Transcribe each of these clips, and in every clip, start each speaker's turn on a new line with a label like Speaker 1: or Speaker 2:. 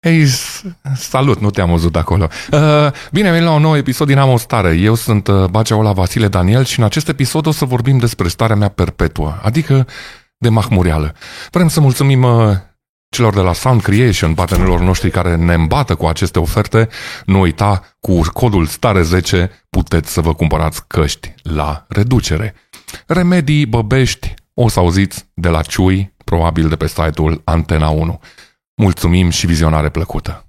Speaker 1: Ei, s- salut, nu te-am văzut acolo. Uh, Bine, venim la un nou episod din Am o stare. Eu sunt uh, Bacea Ola Vasile Daniel și în acest episod o să vorbim despre starea mea perpetuă, adică de mahmureală. Vrem să mulțumim uh, celor de la Sound Creation, partenerilor noștri care ne îmbată cu aceste oferte. Nu uita, cu codul STARE10 puteți să vă cumpărați căști la reducere. Remedii băbești o să auziți de la Ciui, probabil de pe site-ul Antena 1. Mulțumim și vizionare plăcută!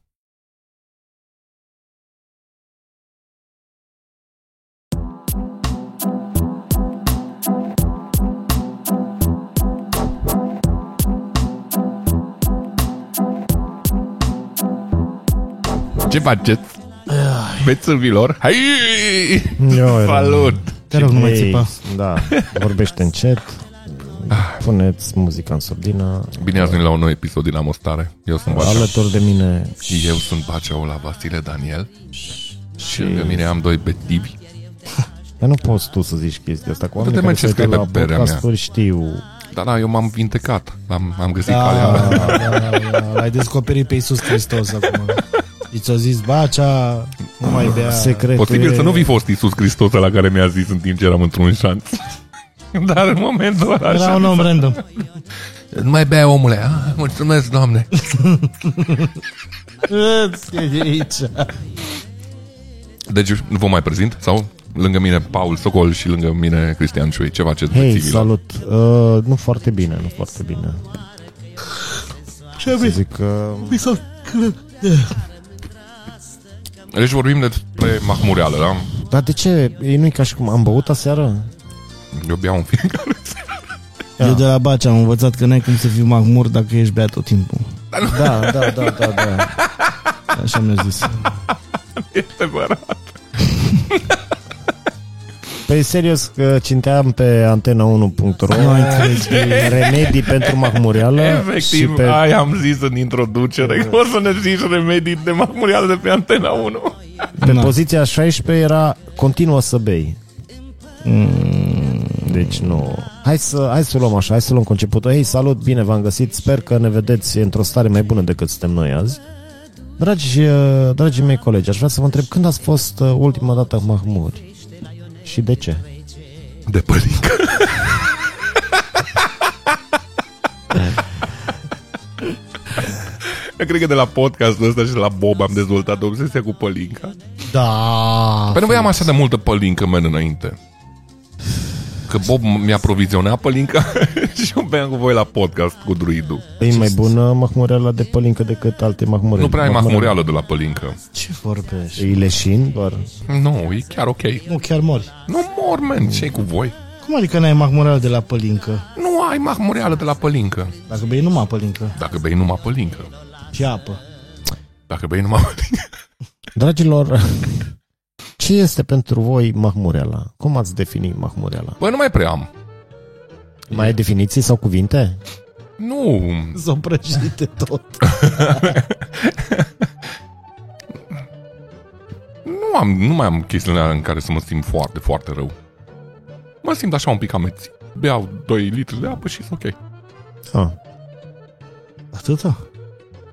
Speaker 1: Ce faceți? Bețârvilor? Hai!
Speaker 2: Eu eram-
Speaker 1: Salut!
Speaker 2: Te rog, nu mai
Speaker 3: Ei,
Speaker 2: țipa.
Speaker 3: Da, vorbește încet, puneți muzica în sordină.
Speaker 1: Bine ați venit la un nou episod din Amostare. Eu sunt Bacea.
Speaker 3: Alături de mine
Speaker 1: Eu sunt Bacea Ola Vasile Daniel. Și lângă mine am doi betivi.
Speaker 3: Dar nu poți tu să zici chestia asta cu oamenii
Speaker 1: Dă-te, mă,
Speaker 3: care
Speaker 1: ce
Speaker 3: se uită
Speaker 1: scrie pe
Speaker 3: la
Speaker 1: berea
Speaker 3: podcasturi știu.
Speaker 1: Dar da, eu m-am vindecat. Am, am găsit
Speaker 2: Da,
Speaker 1: calea.
Speaker 2: da, da, da, L-ai descoperit pe Iisus Hristos acum. Și ți-a zis, bacea, nu mai bea.
Speaker 3: Secretul
Speaker 1: Posibil
Speaker 3: e...
Speaker 1: să nu fi fost Iisus Hristos la care mi-a zis în timp ce eram într-un șanț. Dar în momentul ăla
Speaker 2: Era un om random.
Speaker 1: Nu mai bea omule. Ah, mulțumesc, doamne.
Speaker 2: Îți e de aici.
Speaker 1: Deci nu vă mai prezint? Sau lângă mine Paul Socol și lângă mine Cristian Ciui. Ceva ce
Speaker 3: Hei, salut! Uh, nu foarte bine, nu foarte bine.
Speaker 2: Și
Speaker 3: Să
Speaker 2: avem,
Speaker 3: zic uh, că...
Speaker 2: mi s-a
Speaker 1: Deci vorbim despre mahmureală, da?
Speaker 3: Dar de ce? Ei nu-i ca și cum am băut aseară?
Speaker 1: Eu beau un fiecare.
Speaker 2: Eu de la Bacea am învățat că n-ai cum să fii magmur dacă ești beat tot timpul.
Speaker 3: Da, da, da, da, da.
Speaker 2: Așa mi-a zis.
Speaker 3: Pe Păi, serios că cinteam pe antena1.ro
Speaker 2: Nu înțelegi.
Speaker 3: remedii pentru mahmureală
Speaker 1: Eh,
Speaker 3: și
Speaker 1: Efectiv,
Speaker 3: pe
Speaker 1: aia am zis în introducere că o să ne zici remedii de mahmureală de pe Antena 1.
Speaker 3: Pe
Speaker 1: Da.
Speaker 2: Na.
Speaker 3: poziția 16 era continuă să bei.
Speaker 2: Mm,
Speaker 3: Deci nu. Hai să, hai să o luăm așa, hai să luăm conceputul. Hei, salut, bine v-am găsit, sper că ne vedeți într-o stare mai bună decât suntem noi azi. Dragi, uh, dragii mei colegi, aș vrea să vă întreb când ați fost uh, ultima dată mahmuri? Și de ce?
Speaker 1: De părincă. Eu cred că de la podcastul ăsta și de la Bob am dezvoltat obsesia cu pălinca.
Speaker 2: Da.
Speaker 1: Păi nu vedeam așa de multă pălincă men înainte. Că Bob mi-a provizionat pălinca și eu beam cu voi la podcast cu druidul.
Speaker 3: E mai bună mahmureala de pălincă decât alte mahmurele.
Speaker 1: Păi Nu prea ai mahmureală de la pălincă.
Speaker 2: Ce vorbești?
Speaker 3: E leșin doar.
Speaker 1: Nu, e chiar ok.
Speaker 2: Nu, chiar mori.
Speaker 1: Nu mor, men, ce cu voi?
Speaker 2: Cum adică n-ai magmural de la pălincă?
Speaker 1: Nu ai mahmureală de la pălincă.
Speaker 2: Dacă bei numai pălincă
Speaker 1: Dacă bei numai pălincă.
Speaker 2: și apă.
Speaker 1: Dacă bei numai pălincă.
Speaker 3: Dragilor, ce este pentru voi mahmureala? Cum ați defini mahmureala?
Speaker 1: Bă, nu mai prea am.
Speaker 3: Mai ai definiții sau cuvinte?
Speaker 1: Nu,
Speaker 2: S-au prăjit de tot.
Speaker 1: nu, am, nu mai am chestiile alea în care să mă simt foarte, foarte rău. Mă simt așa un pic amețit. Beau 2 litri de apă și sunt ok.
Speaker 3: Ah.
Speaker 2: Atâta?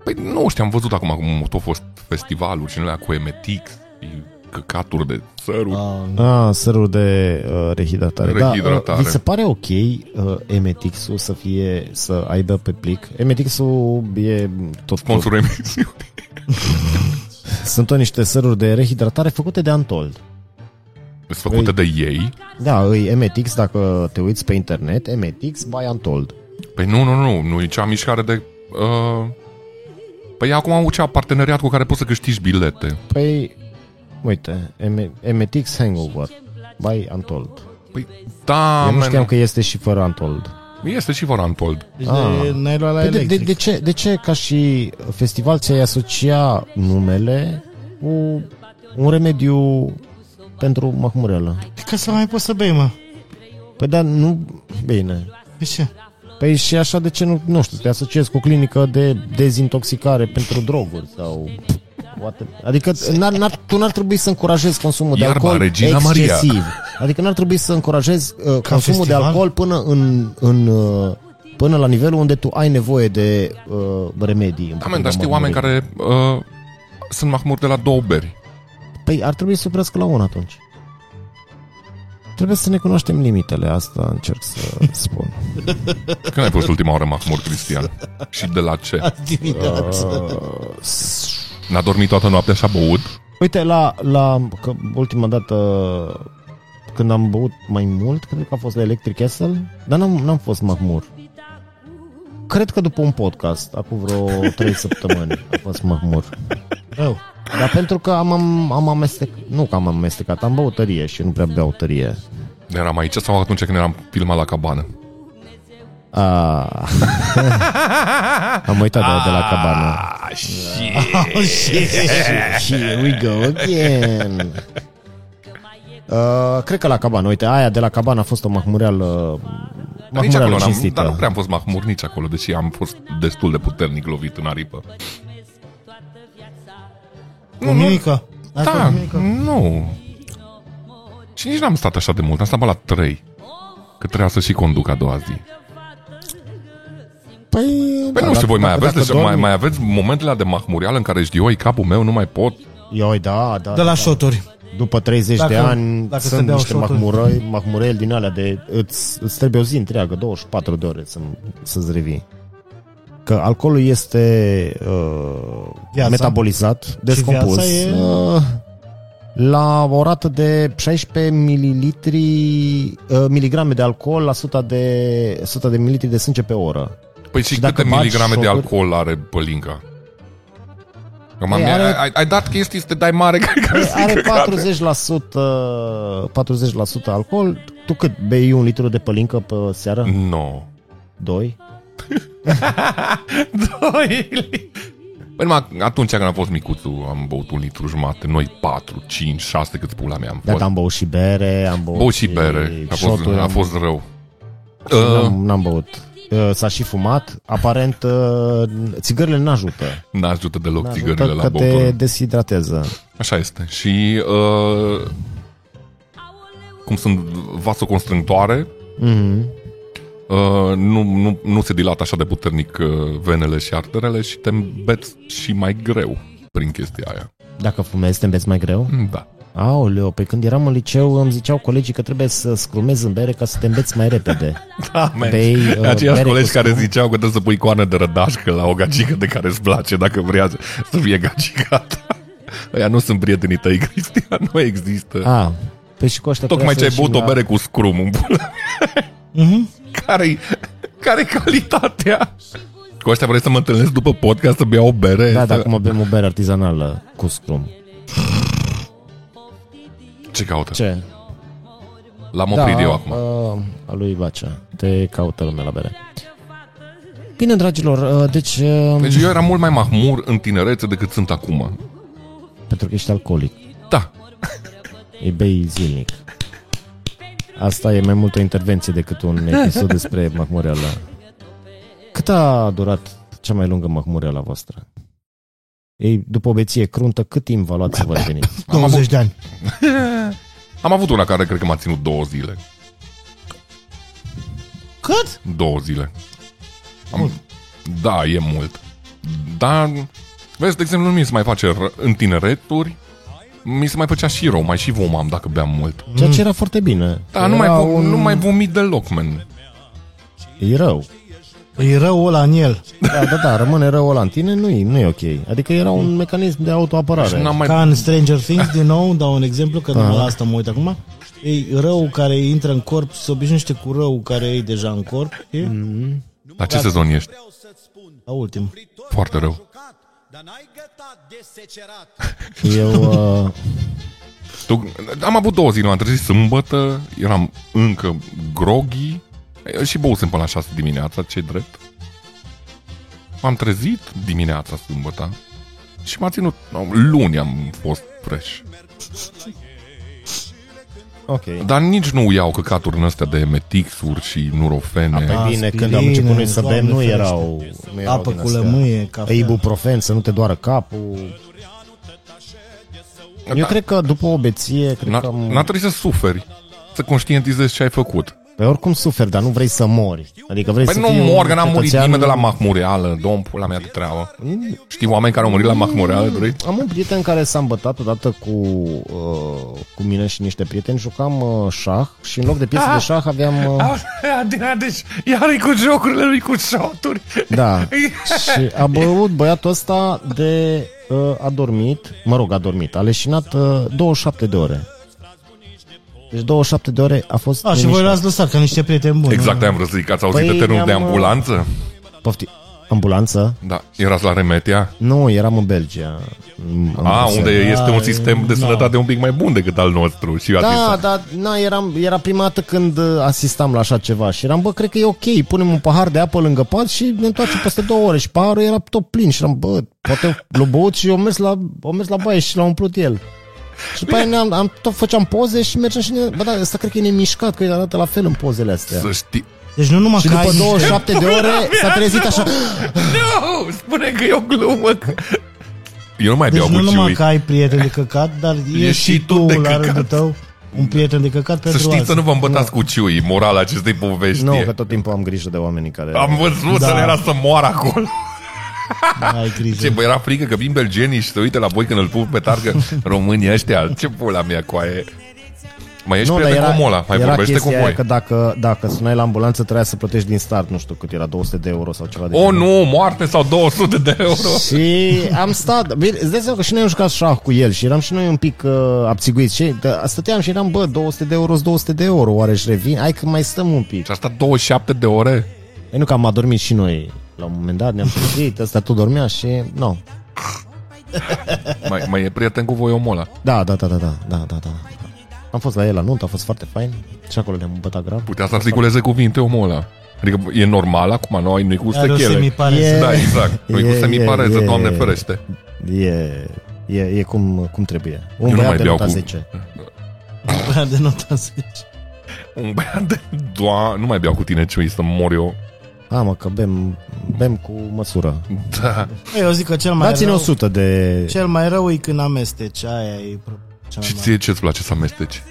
Speaker 1: Păi nu știu, am văzut acum cum tot fost festivalul și alea cu emetix și căcaturi de săruri. Ah.
Speaker 3: Ah, sărul de uh, rehidratare. Da,
Speaker 1: Rehidratare.
Speaker 3: uh, vi se pare ok uh, emetix-ul să fie să aibă pe plic? Emetix-ul e tot, tot
Speaker 1: Sponsorul emisiunii.
Speaker 3: sunt tot niște săruri de rehidratare făcute de Antol.
Speaker 1: Sunt făcute de ei.
Speaker 3: Da, îi emetix dacă te uiți pe internet, emetix by Antold.
Speaker 1: Păi nu, nu, nu, nu e cea mișcare de... Uh... Păi acum au cea parteneriat cu care poți să câștigi bilete.
Speaker 3: Păi, uite, eme- emetix hangover by Antold.
Speaker 1: Păi da,
Speaker 3: Eu nu
Speaker 1: men,
Speaker 3: știam că este și fără Antold.
Speaker 1: este și Vorantold.
Speaker 2: Deci
Speaker 3: Ah.
Speaker 2: de, n-ai luat la
Speaker 3: Păi de, de,
Speaker 2: electric.
Speaker 3: de, ce, de ce ca și festival ți-ai asocia numele cu un remediu pentru mahmureală?
Speaker 2: Ca să mai poți să bei, mă.
Speaker 3: Păi da, nu... Bine.
Speaker 2: De ce?
Speaker 3: Păi și așa de ce nu, nu știu, te asociezi cu clinică de dezintoxicare pentru droguri sau... poate- Adică n-ar, n-ar, tu n-ar trebui să încurajezi consumul de
Speaker 1: Iarba,
Speaker 3: alcool
Speaker 1: Regina Maria.
Speaker 3: excesiv. Adică n-ar trebui să încurajezi uh, consumul de
Speaker 2: festival?
Speaker 3: alcool până în, în uh, până la nivelul unde tu ai nevoie de uh, remedii. împotriva
Speaker 1: Amen, Da, dar știi oameni
Speaker 3: mahmurii.
Speaker 1: care uh, sunt mahmuri de la două beri.
Speaker 3: Păi ar trebui să oprească la una atunci. Trebuie să ne cunoaștem limitele, asta încerc să spun.
Speaker 1: Când ai fost ultima oară mahmur, Cristian? Și de la ce?
Speaker 2: Azi dimineață.
Speaker 3: Uh, s-
Speaker 1: N-a dormit toată noaptea și a băut?
Speaker 3: Uite, la, la că ultima dată când am băut mai mult, cred că a fost la Electric Castle, dar n-am, n-am fost mahmur. Cred că după un podcast, acum vreo 3 săptămâni, a fost mahmur.
Speaker 2: Rău.
Speaker 3: Dar pentru că am, am, am amestecat, nu că am amestecat, am băut tărie și nu prea beau tărie.
Speaker 1: Eram aici sau atunci când eram filmat la cabană?
Speaker 3: A... am uitat de, de la cabană.
Speaker 1: Ah, și...
Speaker 3: Here we go again. Uh, cred că la cabană, uite, aia de la cabană a fost o mahmureală,
Speaker 1: Dar nici
Speaker 3: mahmureală
Speaker 1: acolo n-am,
Speaker 3: cinstită.
Speaker 1: dar nu prea am fost mahmur nici acolo, deși am fost destul de puternic lovit în aripă.
Speaker 2: Cu mimică. N-ai făcut
Speaker 1: Da,
Speaker 2: nimic?
Speaker 1: nu. Și nici n-am stat așa de mult, am stat bă, la trei. Că trebuia să și conduc a doua zi.
Speaker 3: Păi,
Speaker 1: Păi
Speaker 3: da,
Speaker 1: nu știu,
Speaker 3: dacă-
Speaker 1: voi mai aveți,
Speaker 3: dacă
Speaker 1: deci, mai,
Speaker 3: dormi-
Speaker 1: mai aveți momentele de mahmurial în care ești, oi, capul meu, nu mai pot.
Speaker 3: Ioi, da, da.
Speaker 2: De la
Speaker 3: da.
Speaker 2: șoturi.
Speaker 3: După 30
Speaker 2: Dacă-
Speaker 3: de ani
Speaker 2: dacă se
Speaker 3: sunt
Speaker 2: dea
Speaker 3: niște
Speaker 2: o șotul.
Speaker 3: mahmurăi, mahmurăi din alea de... Îți, îți trebuie o zi întreagă, 24 de ore să, să-ți revii. Că alcoolul este uh,
Speaker 2: Viața.
Speaker 3: metabolizat, descompus,
Speaker 2: viața e-
Speaker 3: uh, la o rată de 16 mililitri, uh, miligrame de alcool la 100 de, 100 de mililitri de sânge pe oră.
Speaker 1: Păi și,
Speaker 3: Și dacă
Speaker 1: câte
Speaker 3: bagi
Speaker 1: miligrame de
Speaker 3: șocuri-
Speaker 1: alcool are pălinca? Că m-am,
Speaker 3: Păi are- Păi,
Speaker 1: ai, ai, ai, dat chestii să te dai mare ca care
Speaker 3: Are 40%, 40% alcool. Tu cât bei un litru de pălincă pe seară?
Speaker 1: Nu. No.
Speaker 3: Doi?
Speaker 1: Doi Păi numai atunci când am fost micuțul am băut un litru jumate, noi patru, cinci, șase, cât pula mea am
Speaker 3: Da,
Speaker 1: fost.
Speaker 3: da, am băut și bere, am băut,
Speaker 1: Băut și bere, a fost,
Speaker 3: shoturi,
Speaker 1: a
Speaker 3: am-
Speaker 1: fost rău. Uh,
Speaker 3: N-am, n-am băut. Uh, S-a și fumat. Aparent, uh, țigările n-ajută.
Speaker 1: n-ajută deloc
Speaker 3: N-ajută
Speaker 1: țigările la
Speaker 3: că te
Speaker 1: băutură.
Speaker 3: deshidratează.
Speaker 1: Așa este. Și uh, cum sunt vasoconstrângtoare,
Speaker 3: Mm-hmm.
Speaker 1: Uh, nu, nu, nu se dilată așa de puternic uh, venele și arterele și te îmbeți și mai greu prin chestia aia.
Speaker 3: Dacă fumezi, te înveți mai greu?
Speaker 1: Mm, Da.
Speaker 3: Aoleo, pe când eram în liceu, îmi ziceau colegii că trebuie să scrumezi în bere ca să te înveți mai repede.
Speaker 1: da
Speaker 3: Bei, uh,
Speaker 1: Aceiași
Speaker 3: bere
Speaker 1: colegi
Speaker 3: cu
Speaker 1: care
Speaker 3: scrum.
Speaker 1: ziceau că trebuie să pui coarne de rădașcă la o gagică de care îți place dacă vrea să fie gagica ta. Ăia nu sunt prietenii tăi, Cristian, nu există. A,
Speaker 3: A, păi și cu ăștia
Speaker 1: Da. Tocmai ce
Speaker 3: trebuia
Speaker 1: ai
Speaker 3: să
Speaker 1: băut o
Speaker 3: ieșim la-
Speaker 1: bere cu scrum în pula.
Speaker 2: Mhm.
Speaker 1: Care-i, care-i calitatea? Cu ăștia vrei să mă întâlnesc după podcast să beau o bere?
Speaker 3: Da,
Speaker 1: Să-
Speaker 3: dacă mă bem o bere artizanală cu scrum.
Speaker 1: Ce caută?
Speaker 3: Ce?
Speaker 1: L-am oprit eu acum.
Speaker 3: Uh, a lui Vacea. Te caută lumea la bere. Bine, dragilor, uh, deci, uh,
Speaker 1: Deci eu eram mult mai mahmur în tinerețe decât sunt acum.
Speaker 3: pentru că ești alcoolic,
Speaker 1: Da.
Speaker 3: e bei zilnic. Asta e mai mult o intervenție decât un episod despre mahmureala. Cât a durat cea mai lungă mahmureala voastră? Ei, după o beție cruntă, cât timp v-a luat să vă reveniți?
Speaker 2: 20 de ani.
Speaker 1: Am avut una care cred că m-a ținut două zile.
Speaker 2: Cât?
Speaker 1: Două zile. Am... Da, e mult. Dar, vezi, de exemplu, nu mi se mai face ră... în tinereturi, mi se mai făcea și rău, mai și vomam dacă beam mult.
Speaker 3: Ceea ce era foarte bine.
Speaker 1: Mm. Da, nu mai,
Speaker 3: Era
Speaker 1: vom, nu mai vomit deloc, man.
Speaker 3: E rău.
Speaker 2: Păi E rău ăla în el.
Speaker 3: Da, da, da, rămâne rău ăla în tine, nu e, nu e ok. Adică era un mecanism de autoapărare.
Speaker 1: N-am mai... Ah.
Speaker 2: Ca în Stranger Things, din nou, dau un exemplu, că numai la asta mă uit acum. E rău care intră în corp, se obișnuiește cu rău care e deja în corp. E
Speaker 1: Mm. Dar ce sezon ești?
Speaker 4: Vreau să-ți spun,
Speaker 2: la ultim.
Speaker 1: Foarte rău.
Speaker 4: jucat, dar n-ai gătat de secerat.
Speaker 3: Eu... Uh,
Speaker 1: Tu... Am avut două zile, m-am trezit sâmbătă, eram încă groghi e, și băusem până la 6 dimineața, ce drept. M-am trezit dimineața sâmbătă și m-a ținut, luni am fost fresh.
Speaker 3: ok.
Speaker 1: Dar nici nu iau căcaturi în astea de metixuri și nurofene.
Speaker 3: Păi
Speaker 2: Ah,
Speaker 3: bine,
Speaker 2: aspirină,
Speaker 3: când am început noi să
Speaker 2: Doamne
Speaker 3: bem, nu
Speaker 2: ferește.
Speaker 3: erau... Nu erau
Speaker 2: Apă
Speaker 3: din
Speaker 2: cu
Speaker 3: astea.
Speaker 2: lămâie, cafea.
Speaker 3: Ibuprofen, să nu te doară capul. Eu cred că după o beție, cred
Speaker 1: N-ar,
Speaker 3: că am...
Speaker 1: n-ar trebui să suferi, să conștientizezi ce ai făcut.
Speaker 3: Păi Păi oricum suferi, dar nu vrei să mori. Adică vrei
Speaker 1: Păi
Speaker 3: să
Speaker 1: nu
Speaker 3: fii un
Speaker 1: mor, că n-a murit
Speaker 3: cetățean-
Speaker 1: nimeni de la Mahmureală, domn pula mea de treabă.
Speaker 3: Mm.
Speaker 1: Știi oameni care au murit la Mahmureală, vrei?
Speaker 3: Am un prieten care s-a îmbătat odată cu, uh, cu mine și niște prieteni, jucam uh, șah și în loc de piese de
Speaker 1: Ah!
Speaker 3: șah aveam... Uh,
Speaker 1: Deci, iar e cu jocurile lui, cu șoturi.
Speaker 3: da. Și a băut băiatul ăsta de... Uh, a dormit, mă rog, a dormit, a leșinat uh, 27 de ore. Deci 27 de ore a fost...
Speaker 2: A, și voi
Speaker 3: liniștit.
Speaker 2: l-ați lăsat ca niște prieteni buni.
Speaker 1: Exact, am răzit, că ați auzit
Speaker 3: Păi,
Speaker 1: de terenul de
Speaker 3: ne-am, uh,
Speaker 1: ambulanță?
Speaker 3: Pofti. Ambulanță?
Speaker 1: Da, erați la Remetia?
Speaker 3: Nu, eram în Belgia. În- în
Speaker 1: A,
Speaker 3: Bruxelles.
Speaker 1: unde este
Speaker 2: Da,
Speaker 1: un sistem de
Speaker 2: da.
Speaker 1: sănătate un pic mai bun decât al nostru. Și eu ați zis,
Speaker 3: Da, da, na, eram, era prima dată când uh, asistam la așa ceva și eram, bă, cred că e ok, punem un pahar de apă lângă pat și ne întoarcem peste două ore și paharul era tot plin și eram, bă, poate l-a băut și eu mers la, o mers la baie și l-a umplut el. Și după aia ne-am, am, tot făceam poze și mergeam și ne, bă, da, ăsta cred că e nemișcat, că el arată la fel în pozele astea.
Speaker 1: Să știi...
Speaker 2: Deci nu numai
Speaker 3: Și
Speaker 2: că
Speaker 3: după
Speaker 2: ai
Speaker 3: 27 de ore s-a trezit așa,
Speaker 1: Nu! Spune că e o glumă! Eu nu mai
Speaker 2: Deci
Speaker 1: beau
Speaker 2: nu
Speaker 1: cu
Speaker 2: numai
Speaker 1: ciui.
Speaker 2: că ai prieten de căcat, dar ești și tu
Speaker 1: de
Speaker 2: la
Speaker 1: căcat.
Speaker 2: rândul tău un prieten de căcat
Speaker 1: Să
Speaker 2: pentru
Speaker 1: știți să
Speaker 2: asta.
Speaker 1: nu vă îmbătați cu ciui, morala acestei povești.
Speaker 3: nu, că tot timpul am grijă de oamenii care...
Speaker 1: Am văzut
Speaker 2: Da.
Speaker 1: să le era să moară acolo.
Speaker 2: Ai grijă.
Speaker 1: Ce, bă, era frică că vin belgenii și se uită la voi când îl pup pe targă românii ăștia. Ce pula mea coaie. Mai ești prieten cu Mola, mai
Speaker 3: era
Speaker 1: vorbește cu
Speaker 3: chestia aia
Speaker 1: voi.
Speaker 3: că dacă, dacă sunai la ambulanță trebuia să plătești din start, nu știu cât era, 200 de euro sau ceva de
Speaker 1: O,
Speaker 3: genul.
Speaker 1: Oh, nu, moarte sau 200 de euro.
Speaker 3: Și am stat, bine, îți dai seama că și noi am jucat șah cu el și eram și noi un pic uh, abțiguiți și da, stăteam și eram, bă, 200 de euro 200 de euro, oare își revin? Hai că mai stăm un pic.
Speaker 1: Și asta 27 de ore?
Speaker 3: E nu că am adormit și noi la un moment dat, ne-am trezit, ăsta tot dormea și, nu. No.
Speaker 1: Mai, mai e prieten cu voi omul ăla.
Speaker 3: Da, da, da, da, da, da, da, da. Am fost la el la nuntă, a fost foarte fain și acolo ne-am îmbătat grav.
Speaker 1: Putea să articuleze cuvinte omul ăla. Adică e normal acum, noi nu-i cu
Speaker 2: Iar o să mi
Speaker 1: stechele.
Speaker 2: pare
Speaker 3: E-
Speaker 2: să-
Speaker 1: Da, exact. Nu-i cu
Speaker 3: E,
Speaker 1: semipareze,
Speaker 3: e, e.
Speaker 1: doamne ferește.
Speaker 3: E, e, e cum, cum trebuie. Un
Speaker 1: Eu nu mai
Speaker 3: băiat de
Speaker 1: beau
Speaker 3: nota
Speaker 1: cu...
Speaker 3: 10.
Speaker 1: Da.
Speaker 2: Băiat de nota 10.
Speaker 1: Un băiat de... Doa... Nu mai beau cu tine, Ciui, să mor eu.
Speaker 3: A, mă, că bem, bem cu măsură.
Speaker 1: Da.
Speaker 2: Băi, Eu zic că cel mai
Speaker 3: Dați-ne
Speaker 2: rău,
Speaker 3: 100 de...
Speaker 2: cel mai rău e când amesteci, aia e pro- cea mai
Speaker 1: Și
Speaker 2: mare.
Speaker 1: ție ce-ți place să amesteci?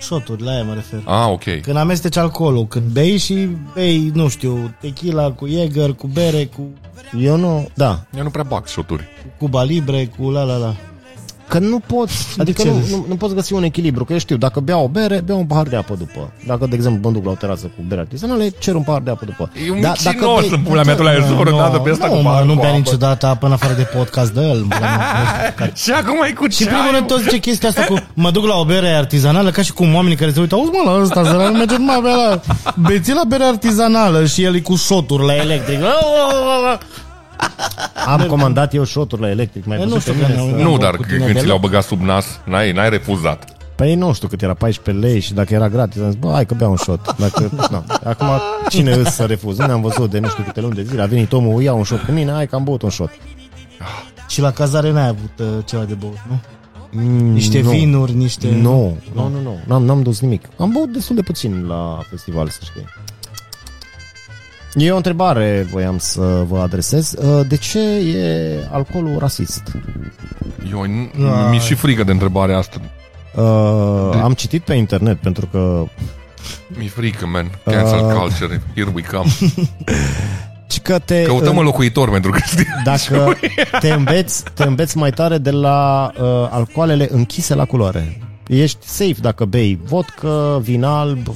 Speaker 2: Shoturi, la aia mă refer.
Speaker 1: Ah, ok.
Speaker 2: Când amesteci alcoolul, când bei și bei, nu știu, tequila cu Jäger, cu bere, cu
Speaker 3: Eu nu... Da,
Speaker 1: Eu nu prea bag șoturi.
Speaker 2: cu Cuba Libre, cu la la la.
Speaker 3: Că nu poți, adică
Speaker 2: ce
Speaker 3: nu,
Speaker 2: râzi?
Speaker 3: nu, nu poți găsi un echilibru, că eu știu, dacă beau o bere, beau un pahar de apă după. Dacă, de exemplu, mă duc la o terasă cu bere artizanale, cer un pahar de apă după.
Speaker 1: E un micinos în pula mea, tu la Ezor, da, de pe asta
Speaker 2: nu,
Speaker 1: cu
Speaker 2: mă,
Speaker 1: bani,
Speaker 2: nu
Speaker 1: cu
Speaker 2: bea
Speaker 1: apă.
Speaker 2: niciodată apă în afară de podcast de el. pula mea.
Speaker 1: Și acum e cu
Speaker 2: Și în primul rând tot zice chestia asta cu mă duc la o bere artizanală ca și cum oamenii care se uită, auzi mă la ăsta, să nu merge numai bea la beți la bere artizanală și el e cu șoturi la electric.
Speaker 3: Am comandat eu șoturi la electric, mai
Speaker 2: E, Păi nu
Speaker 3: văzut
Speaker 2: știu
Speaker 3: pe
Speaker 2: că
Speaker 3: mine
Speaker 2: ne-
Speaker 3: să-
Speaker 1: Nu,
Speaker 2: Am
Speaker 1: dar
Speaker 2: cu
Speaker 1: când
Speaker 2: tine
Speaker 1: ți
Speaker 2: deloc.
Speaker 1: le-au băgat sub nas, n-ai, n-ai refuzat.
Speaker 3: Păi nu știu cât era, 14 lei și dacă era gratis, am zis, bă, hai că beau un shot. Dacă, na. Acum, cine îți să refuz? Nu ne-am văzut de nu știu câte luni de zile, a venit omul, ia un shot cu mine, hai că am băut un shot.
Speaker 2: și la cazare n-ai avut uh, ceva de băut, nu?
Speaker 3: Mm,
Speaker 2: Niște
Speaker 3: nu.
Speaker 2: vinuri, niște...
Speaker 3: Nu, nu, nu, nu, n-am, n-am dus nimic. Am băut destul de puțin la festival, să știi. E o întrebare voiam să vă adresez. Uh, De ce e alcoolul rasist? Uh,
Speaker 1: Eu, n-
Speaker 3: Da.
Speaker 1: mi-e și frică de întrebarea asta.
Speaker 3: Uh, Am citit pe internet pentru că
Speaker 1: Mi-e frică, man. Cancel
Speaker 3: Ah.
Speaker 1: culture. Here we come.
Speaker 3: ci că te,
Speaker 1: Căutăm un
Speaker 3: uh,
Speaker 1: locuitor pentru că știi.
Speaker 3: dacă te îmbeți, te îmbeți mai tare de la uh, alcoalele închise la culoare. Ești safe dacă bei vodka, vin alb,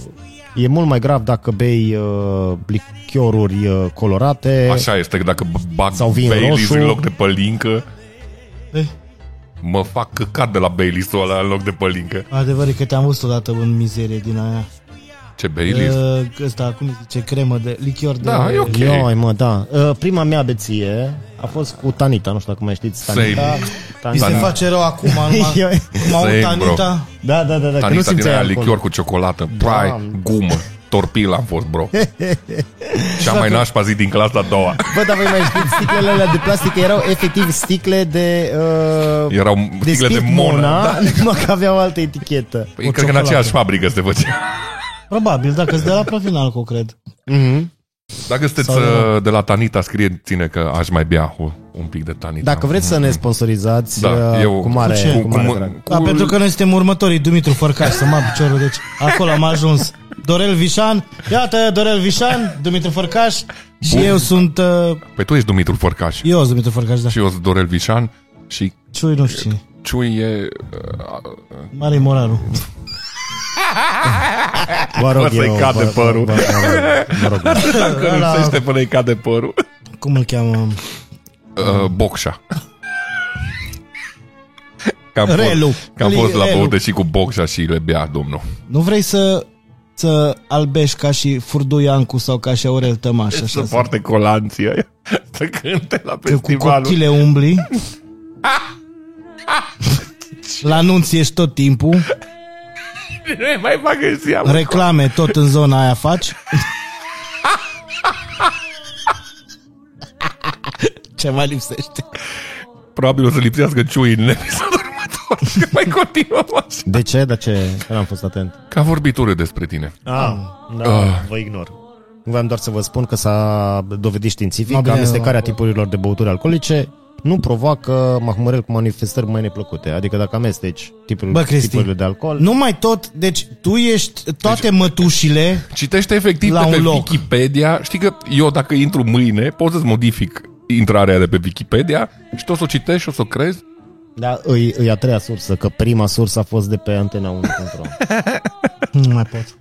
Speaker 3: e mult mai grav dacă bei uh, lichioruri uh, colorate.
Speaker 1: Așa este, că dacă b- bag
Speaker 3: Sau vin
Speaker 1: Baileys
Speaker 3: roșu.
Speaker 1: în loc de pălincă,
Speaker 2: Eh.
Speaker 1: mă fac căcat de la Baileys-ul ăla în loc de pălincă.
Speaker 2: Adevăr e că te-am văzut odată în mizerie din aia.
Speaker 1: Ce
Speaker 3: Eh.
Speaker 1: Baileys?
Speaker 2: Uh, Ăsta, cum îi zice, cremă de lichior de...
Speaker 1: Da, e ok.
Speaker 3: Ioi, mă, da. Uh, Prima mea beție a fost cu Tanita, nu știu dacă mai știți
Speaker 1: Same.
Speaker 3: Tanita.
Speaker 2: Mi se
Speaker 1: Tanita.
Speaker 2: face rău acum, numai...
Speaker 3: Eu-
Speaker 2: Cum au
Speaker 1: Same,
Speaker 2: Tanita?
Speaker 3: Da, da, da, da, că nu
Speaker 1: Tanita din
Speaker 3: simțeai
Speaker 1: aia,
Speaker 3: alcool.
Speaker 1: lichior cu ciocolată, pai, gumă, torpil am fost, bro. Cea mai nașpa zi din clasa a doua.
Speaker 3: Bă, dar voi mai știți, sticlele alea de plastic erau efectiv sticle de... Uh,
Speaker 1: Erau
Speaker 3: de
Speaker 1: sticle de
Speaker 3: Speed
Speaker 1: mona. Da.
Speaker 3: numai că aveau altă etichetă.
Speaker 1: Păi, cred că în aceeași fabrică se făcea.
Speaker 2: Probabil, dacă îți dă la profinal, cu cred.
Speaker 3: Mm-hmm.
Speaker 1: Dacă sunteți
Speaker 2: Sau-
Speaker 1: uh, de la Tanita, scrie ține că aș mai bea o- un pic de Tanita.
Speaker 3: Dacă vreți să ne sponsorizați
Speaker 1: Da,
Speaker 3: uh,
Speaker 1: eu-
Speaker 3: cu mare,
Speaker 1: Cu
Speaker 3: cu,
Speaker 1: ce?
Speaker 3: cu mare
Speaker 1: Cu-
Speaker 3: drag.
Speaker 1: cu-
Speaker 2: Da, pentru că noi suntem următorii Dumitru Fărcaș, să mă piciorul, deci acolo am ajuns. Dorel Vișan. Iată, Dorel Vișan, Dumitru Fărcaș și eu sunt... Uh,
Speaker 1: Păi tu ești Dumitru Fărcaș
Speaker 2: eu sunt Dumitru Fărcaș, da.
Speaker 1: și eu sunt Dorel Vișan și
Speaker 2: Ciui, nu știu cine.
Speaker 1: Ciui e... uh,
Speaker 2: Mare Moraru.
Speaker 3: Vă rog
Speaker 1: Bă, să-i
Speaker 3: eu,
Speaker 1: cadă
Speaker 3: vă-
Speaker 1: părul.
Speaker 3: vă- vă- vă rog.
Speaker 1: Dacă
Speaker 2: Ăla-
Speaker 1: râsește până îi cade părul.
Speaker 2: Cum îl cheamă?
Speaker 1: Uh, Bocșa. Cam
Speaker 2: Relu.
Speaker 1: Fost, că am fost la
Speaker 2: Relu.
Speaker 1: băută și cu Bocșa și le bea, domnul.
Speaker 2: Nu vrei să să albești ca și Furduiancu sau ca și Aurel Tămaș, așa.
Speaker 1: Sunt
Speaker 2: Să
Speaker 1: foarte colanții ăia. Să cânte la
Speaker 2: că cu
Speaker 1: festivalul.
Speaker 2: cotile umbli. La anunți ești tot timpul,
Speaker 1: Nu mai bagă seama.
Speaker 2: reclame tot în zona aia faci. Ce mai lipsește?
Speaker 1: Probabil o să lipsească ciui în episodul următor. Că mai continuăm așa.
Speaker 3: De ce? De ce? Că n-am fost atent.
Speaker 1: Că am vorbit urât despre tine.
Speaker 3: Ah,
Speaker 1: Ah.
Speaker 3: da, vă ignor. Vreau doar să vă spun că s-a dovedit științific
Speaker 2: Ma
Speaker 3: că
Speaker 2: bine,
Speaker 3: amestecarea
Speaker 2: da.
Speaker 3: tipurilor de băuturi alcoolice nu provoacă mahmurel cu manifestări mai neplăcute. Adică dacă amesteci tipul,
Speaker 2: Bă, Cristi,
Speaker 3: tipurile de alcool...
Speaker 2: Nu mai tot, deci tu ești toate deci, mătușile,
Speaker 1: Citește efectiv
Speaker 2: La
Speaker 1: de pe
Speaker 2: un loc.
Speaker 1: Wikipedia. Știi că eu dacă intru mâine pot să-ți modific intrarea de pe Wikipedia și tu o să o citești și o să o crezi.
Speaker 3: Da, îi, îi a treia sursă, că prima sursă a fost de pe Antena 1 control.
Speaker 2: nu mai pot.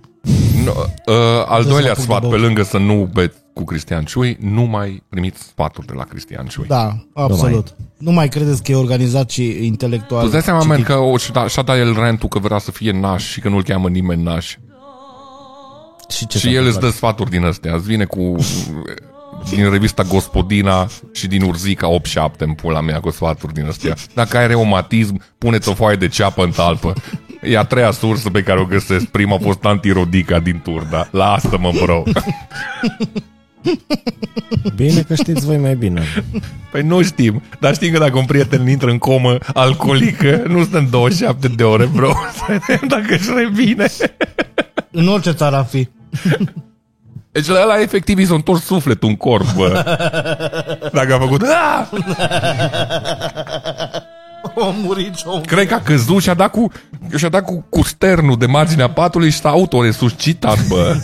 Speaker 1: No, uh, al
Speaker 2: să
Speaker 1: doilea
Speaker 2: mă apuc de
Speaker 1: sfat,
Speaker 2: băut.
Speaker 1: pe lângă să nu beți cu Cristian Ciui, nu mai primiți sfaturi de la Cristian Ciui.
Speaker 2: Da, absolut. Nu mai, nu mai credeți că e organizat și intelectual.
Speaker 1: Tu îți dai seama, man,
Speaker 2: citit.
Speaker 1: că o, și-a, dat- și-a dat el rentul că vrea să fie naș și că nu-l cheamă nimeni naș.
Speaker 3: Și, ce s-a
Speaker 2: Exact,
Speaker 1: și el îți
Speaker 3: întâmplat?
Speaker 1: dă sfaturi din astea. Îți vine cu... din revista Gospodina și din Urzica 87 în pula mea cu sfaturi din astea. Dacă ai reumatism, puneți o foaie de ceapă în talpă. E a treia sursă pe care o găsesc. Prima a fost antirodica din Turda. Lasă-mă, bro.
Speaker 3: Bine că știți voi mai bine.
Speaker 1: Păi nu știm. Dar știm că dacă un prieten intră în comă alcoolică, nu stăm 27 de ore, bro. Să vedem dacă își revine.
Speaker 2: În orice țară ar fi.
Speaker 1: Deci la ăla efectiv i s-a întors sufletul în corp, bă. Dacă a făcut... "Ah!"
Speaker 2: O murit și om.
Speaker 1: Cred că a căzut și a dat cu, și a dat cu, cu sternul de marginea patului și s-a autoresuscitat, bă.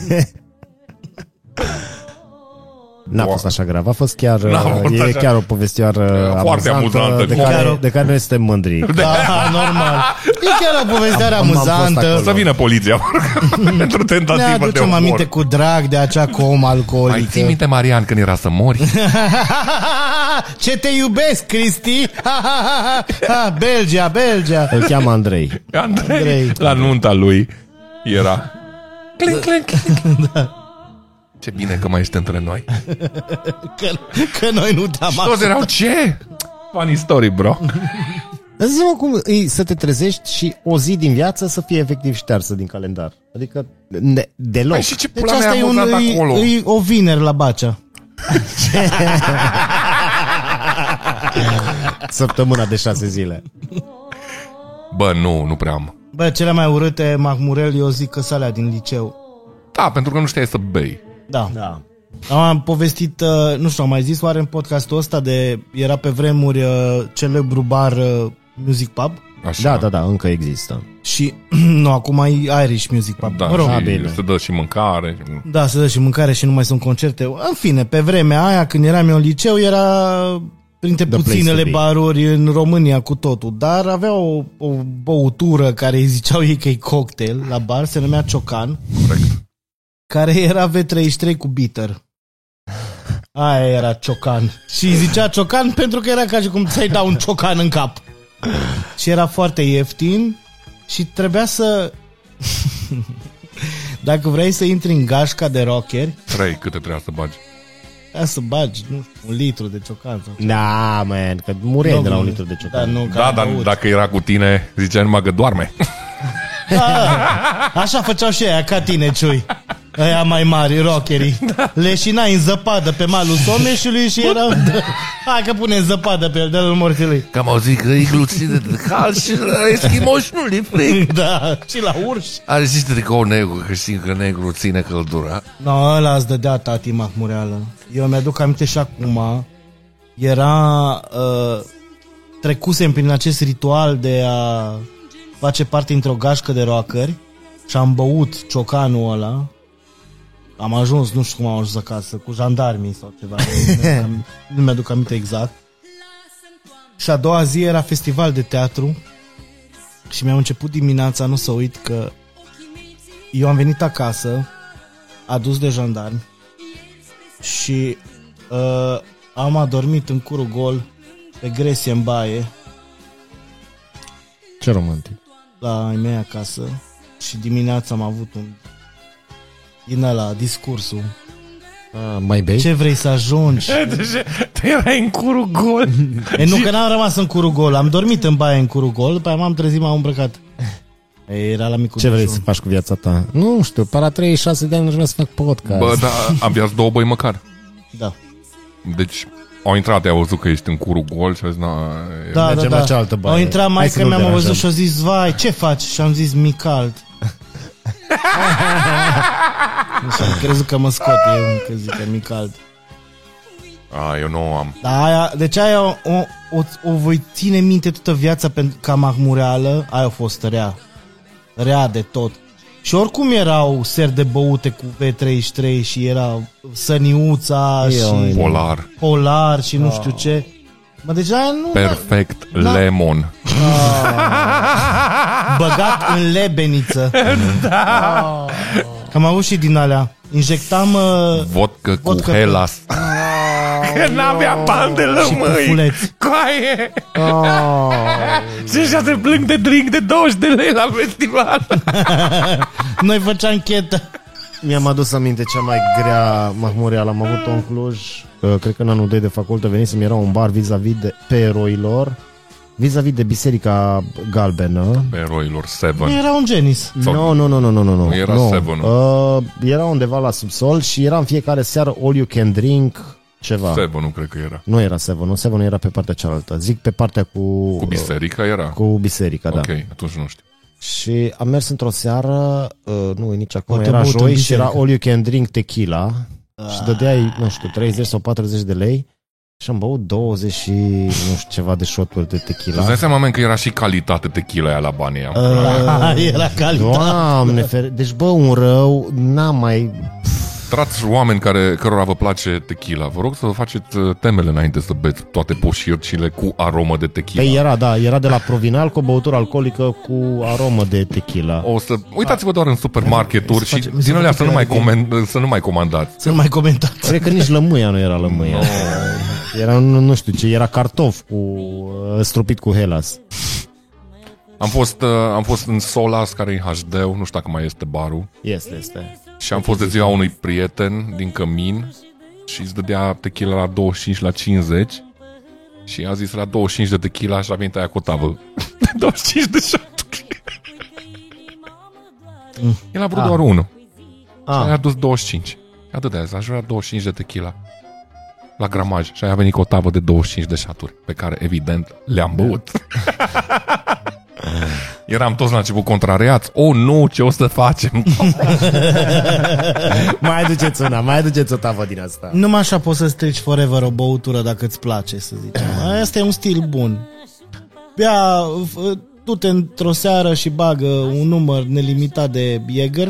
Speaker 3: N-a
Speaker 1: Wow.
Speaker 3: fost așa grav, a fost chiar,
Speaker 1: N-a fost
Speaker 3: e
Speaker 1: așa.
Speaker 3: chiar o povestioară
Speaker 1: Foarte amuzantă.
Speaker 3: de,
Speaker 2: Chiar o-
Speaker 3: care, de care noi suntem mândri.
Speaker 2: Da, normal. E chiar o povestire
Speaker 3: Am- am fost
Speaker 2: amuzantă.
Speaker 3: acolo.
Speaker 1: Să vină poliția pentru
Speaker 2: Ne
Speaker 1: tentativă de
Speaker 2: aducem aminte
Speaker 1: omor.
Speaker 2: cu drag de acea com
Speaker 1: Mai ții
Speaker 2: alcoolică.
Speaker 1: minte, Marian, când era să mori?
Speaker 2: Ce te iubesc, Cristi! Belgia, Belgia!
Speaker 3: Îl cheamă Andrei.
Speaker 1: Andrei,
Speaker 2: Andrei.
Speaker 1: la nunta lui, era... Clink, clink, clink. Ce bine că mai ești între noi.
Speaker 2: Că, că noi nu te-am
Speaker 1: Toți erau ce? Funny story, bro.
Speaker 3: Îți zic cum e să te trezești și o zi din viață să fie efectiv ștearsă din calendar. Adică ne, deloc.
Speaker 1: Păi și ce
Speaker 2: Deci
Speaker 1: pula
Speaker 2: asta
Speaker 1: mea
Speaker 2: e,
Speaker 1: am
Speaker 2: un,
Speaker 1: dat
Speaker 2: e,
Speaker 1: acolo?
Speaker 2: e o vineri la Bacea.
Speaker 3: Săptămâna de șase zile.
Speaker 1: Bă, nu, nu prea am.
Speaker 2: Bă, cele mai urâte Macmurel, eu zic că salea din liceu.
Speaker 1: Da, pentru că nu știai să bei.
Speaker 2: Da.
Speaker 3: Da.
Speaker 2: Am povestit, uh, nu știu, am mai zis oare în podcastul ăsta de... Era pe vremuri uh, celebru bar uh, Music Pub
Speaker 1: Așa.
Speaker 3: Da, da, da, încă există.
Speaker 2: și, nu, acum e Irish Music Pub.
Speaker 1: Da,
Speaker 2: mă rog,
Speaker 1: și
Speaker 3: bine.
Speaker 1: se dă și mâncare. și-
Speaker 2: Da, se dă și mâncare și nu mai sunt concerte. În fine, pe vremea aia, când eram eu în liceu, era printre
Speaker 3: The
Speaker 2: The
Speaker 3: place
Speaker 2: puținele
Speaker 3: to be.
Speaker 2: baruri în România cu totul, dar avea o, o băutură care îi ziceau ei că e cocktail la bar, se numea Ciocan,
Speaker 1: Corect.
Speaker 2: care era V33 cu bitter. Aia era Ciocan. Și îi zicea Ciocan pentru că era ca și cum ți-ai da un ciocan în cap. Și era foarte ieftin și trebuia să... Dacă vrei să intri în gașca de rockeri,
Speaker 1: Trei, câte trebuia să bagi.
Speaker 2: Ia să bagi, nu știu, un litru de ciocan sau
Speaker 3: Da, man, că mureai
Speaker 2: Nu,
Speaker 3: de la un
Speaker 2: nu.
Speaker 3: litru de ciocan.
Speaker 2: Da, nu, că
Speaker 1: Da,
Speaker 2: am
Speaker 1: dar
Speaker 2: băut.
Speaker 1: dacă era cu tine, zicea numai că doarme.
Speaker 2: Da, Așa făceau și aia, ca tine, ciui. Aia mai mari, rockerii. Leșinai în zăpadă pe malul Someșului și erau... Hai că pune în zăpadă pe el, dă-l în morții lui.
Speaker 1: Că am auzit că e gluține de cal și la eschimoși nu le fric.
Speaker 2: Da, și la urși.
Speaker 1: Are și tricou negru, că știm că negru ține căldura.
Speaker 2: No, ăla îți dădea tati mahmureală. Eu mi-aduc aminte și acum, era... Uh, trecusem prin acest ritual de a face parte într-o gașcă de rockeri și am băut ciocanul ăla, am ajuns, nu știu cum am ajuns acasă, cu jandarmii sau ceva, nu mi-aduc am- nu mi-aduc aminte exact. Și a doua zi era festival de teatru și mi-am început dimineața, nu să uit că eu am venit acasă, adus de jandarmi și uh, am adormit în curul gol pe gresie în baie
Speaker 3: Ce romantic.
Speaker 2: la ai mei acasă și dimineața am avut un din ăla, discursul.
Speaker 3: Ah, mai bei?
Speaker 2: Ce vrei să ajungi?
Speaker 1: Te Deci, erai în curul gol.
Speaker 2: e, nu, că n-am rămas în curul gol. Am dormit în baie în curul gol, după aia m-am trezit, m-am îmbrăcat. E, era la micul
Speaker 3: Ce vrei să
Speaker 2: Dejun.
Speaker 3: faci cu viața ta? Nu știu, para 36 de ani aș vrea să fac podcast.
Speaker 1: Bă, da, abia două băi măcar.
Speaker 2: Da.
Speaker 1: Deci au intrat, au văzut că ești în curul gol și au zis, na, e-
Speaker 2: Da, da,
Speaker 3: Mergem la
Speaker 2: da.
Speaker 3: cealaltă baie.
Speaker 2: Au intrat
Speaker 3: Hai
Speaker 2: mai
Speaker 3: să
Speaker 2: că
Speaker 3: nu
Speaker 2: mi-am
Speaker 3: deranjăm.
Speaker 2: văzut și au zis, vai, ce faci? Și am zis, mic cald. Așa, am crezut că mă scot eu că zic că mic cald.
Speaker 1: a, eu nu am.
Speaker 2: Da, aia, deci aia o, o, o, o voi ține minte toată viața pentru ca mahmureală, aia a fost rea. Rea de tot. Și oricum erau seri de băute cu V33 și era Săniuța
Speaker 3: Eu,
Speaker 2: și
Speaker 3: eu.
Speaker 1: Polar.
Speaker 2: Polar și
Speaker 3: Da.
Speaker 2: nu știu ce. Mă, deci aia nu
Speaker 1: Păi Perfect lemon.
Speaker 2: băgat în lebeniță. da. Că am avut și din alea. Injectam uh,
Speaker 1: Vodcă cu
Speaker 2: Vodcă.
Speaker 1: Hellas. Că n-avea bani de
Speaker 2: pufuleți.
Speaker 1: Coaie! Și așa se plâng de drink de 20 de lei la festival.
Speaker 2: Noi făceam chetă.
Speaker 3: Mi-am adus aminte cea mai grea mahmureală. Am avut-o în Cluj, uh, cred că în anul 2 de facultă, venisem, era un bar vis-a-vis de pe eroilor, vis-a-vis de Biserica Galbenă.
Speaker 1: Eroilor Seven.
Speaker 2: Era un genis.
Speaker 1: Sau-
Speaker 3: Nu, nu, nu, nu, nu, nu, nu.
Speaker 1: Era
Speaker 3: nu.
Speaker 1: Seven.
Speaker 3: Uh, era undeva la subsol și era în fiecare seară all you can drink, ceva.
Speaker 1: Seven nu cred că era.
Speaker 3: Nu era Seven, nu Seven era pe partea cealaltă. Zic pe partea cu... uh,
Speaker 1: Cu biserica era?
Speaker 3: Cu biserica, da.
Speaker 1: Ok, atunci nu știu.
Speaker 3: Și am mers într-o seară, uh, nu e nici acum,
Speaker 2: Poate
Speaker 3: era
Speaker 2: băut în
Speaker 3: joi și era
Speaker 2: biserică. Ah.
Speaker 3: all you can drink tequila și dădeai, nu știu, 30 sau 40 de lei și am băut 20 și nu știu ceva de shoturi de
Speaker 1: Îți
Speaker 3: tequila.
Speaker 1: dai seama, men, că era și calitate tequila aia la bani.
Speaker 2: era calitate.
Speaker 3: Doamne, fere- deci bă, un rău, n-am mai...
Speaker 1: Trați oameni care, cărora vă place tequila. Vă rog să vă faceți uh, temele înainte să beți toate poșircile cu aromă de tequila.
Speaker 3: Păi era, da, era de la Provinal cu o băutură alcoolică cu aromă de tequila.
Speaker 1: O să... Uitați-vă doar în supermarketuri
Speaker 3: Mi se
Speaker 1: și
Speaker 3: face- mi se
Speaker 1: din alea
Speaker 3: face
Speaker 1: să nu, mai
Speaker 3: prea
Speaker 1: comen, să nu mai comandați.
Speaker 2: Să nu mai comentați.
Speaker 3: Cred că nici lămâia nu era lămâia. Era, nu, nu știu ce, era cartof cu, uh, stropit cu helas.
Speaker 1: Am fost, uh, am fost în Solas, care e hd nu știu dacă mai este barul,
Speaker 3: Este, este.
Speaker 1: și am fost de ziua unui prieten din Cămin și îți dădea tequila la 25 la 50 și a zis la 25 de tequila și a venit aia cu o tavă. 25 de shoturi. El a vrut
Speaker 3: Ah.
Speaker 1: doar unul.
Speaker 3: Ah.
Speaker 1: Și a dus 25. Atât de azi, aș vrea 25 de tequila la gramaj și aia a venit cu o tavă de 25 de șaturi, pe care evident le-am
Speaker 3: Da.
Speaker 1: băut. Eram toți la început contrariați. O, nu, ce o să facem?
Speaker 3: Mai aduceți una, mai aduceți o tavă din asta.
Speaker 2: Numai așa poți să strici forever o băutură dacă îți place, să zicem. Asta e un stil bun. Ia, f- du-te într-o seară și bagă un număr nelimitat de Jäger,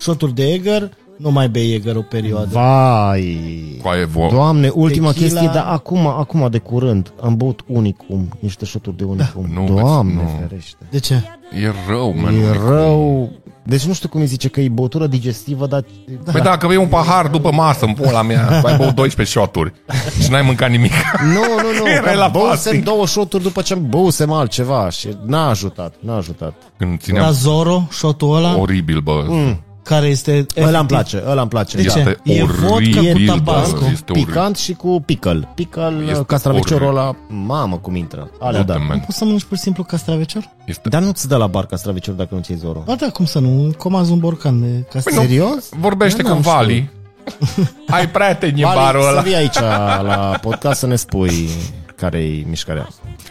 Speaker 2: șoturi de Jäger, nu mai bei Jäger o perioadă.
Speaker 3: Vai!
Speaker 1: Coaie, vo-
Speaker 3: Doamne, ultima
Speaker 2: Tequila.
Speaker 3: chestie, dar acum, acum de curând, am băut unicum, niște șoturi de unicum.
Speaker 1: Da, Nu,
Speaker 3: Doamne,
Speaker 1: nu.
Speaker 3: ferește.
Speaker 2: De ce?
Speaker 1: e rău, man.
Speaker 3: E rău. Deci nu știu cum îi zice, că e băutură digestivă, dar...
Speaker 1: Păi dacă bei un pahar după masă în pula mea, tu ai băut 12 shoturi și n-ai mâncat nimic.
Speaker 3: Nu, nu, nu,
Speaker 1: Era
Speaker 3: că
Speaker 1: la
Speaker 3: băusem
Speaker 1: plastic.
Speaker 3: două șoturi după ce băusem altceva și n-a ajutat, n-a ajutat.
Speaker 1: Când
Speaker 2: Da
Speaker 1: țineam
Speaker 2: Zoro, șotul ăla,
Speaker 1: oribil, bă.
Speaker 3: Mm.
Speaker 2: care este...
Speaker 3: Ăla
Speaker 2: efectiv-
Speaker 3: îmi place, ăla îmi place.
Speaker 2: De ce?
Speaker 1: Este
Speaker 2: E vodka cu
Speaker 1: oribil, bă,
Speaker 2: tabasco.
Speaker 1: Este oribil.
Speaker 3: Picant și cu pickle. Pickle,
Speaker 1: Este
Speaker 3: castraveciorul
Speaker 1: oribil.
Speaker 3: ăla, mamă cum intră. Alea,
Speaker 1: Tot
Speaker 3: da.
Speaker 1: în men.
Speaker 2: Poți să mănânci pur și simplu castravecior?
Speaker 1: Este
Speaker 3: Dar nu-ți dă la bar castraveciorul dacă nu ți zoro.
Speaker 1: Ah,
Speaker 2: Ba da, cum să nu? Comanzi un borcan de castravecior.
Speaker 1: Păi
Speaker 3: Serios?
Speaker 1: Vorbește
Speaker 3: Eu
Speaker 1: cu
Speaker 3: n-am
Speaker 1: Vali. Ai prieteni în
Speaker 3: Vali,
Speaker 1: barul
Speaker 3: să
Speaker 1: ăla.
Speaker 3: vii aici la podcast să ne spui care-i mișcarea.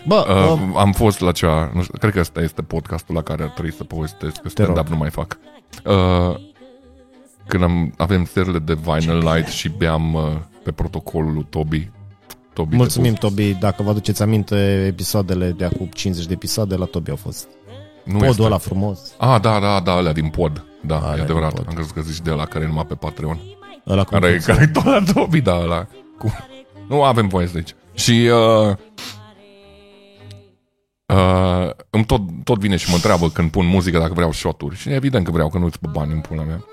Speaker 3: Bă,
Speaker 1: Uh,
Speaker 3: uh,
Speaker 1: am fost la cea, nu știu, cred că ăsta este podcastul la care ar trebui să povestesc, că stand-up
Speaker 3: rog.
Speaker 1: nu mai fac. Uh, când am, avem serile de Vinyl Light și beam uh, pe protocolul lui Toby. Toby
Speaker 3: mulțumim,
Speaker 1: de
Speaker 3: Tobi, dacă vă aduceți aminte, episoadele de acum 50 de episoade la Tobi au fost.
Speaker 1: Buf. Nu
Speaker 3: Podul
Speaker 1: este.
Speaker 3: ăla frumos.
Speaker 1: A, da, da, da, alea din pod. Da,
Speaker 3: Alea
Speaker 1: e
Speaker 3: din
Speaker 1: adevărat.
Speaker 3: pod.
Speaker 1: Am crezut că zici de la care e numai pe Patreon.
Speaker 3: Ăla cu
Speaker 1: Care e, care e tot la Dobby, da, ăla. Cu... Nu avem voie să zici. Și... Uh... Uh, îmi tot, tot vine și mă întreabă când pun muzică dacă vreau shoturi. Și evident că vreau, că nu-ți pe bani în pula mea.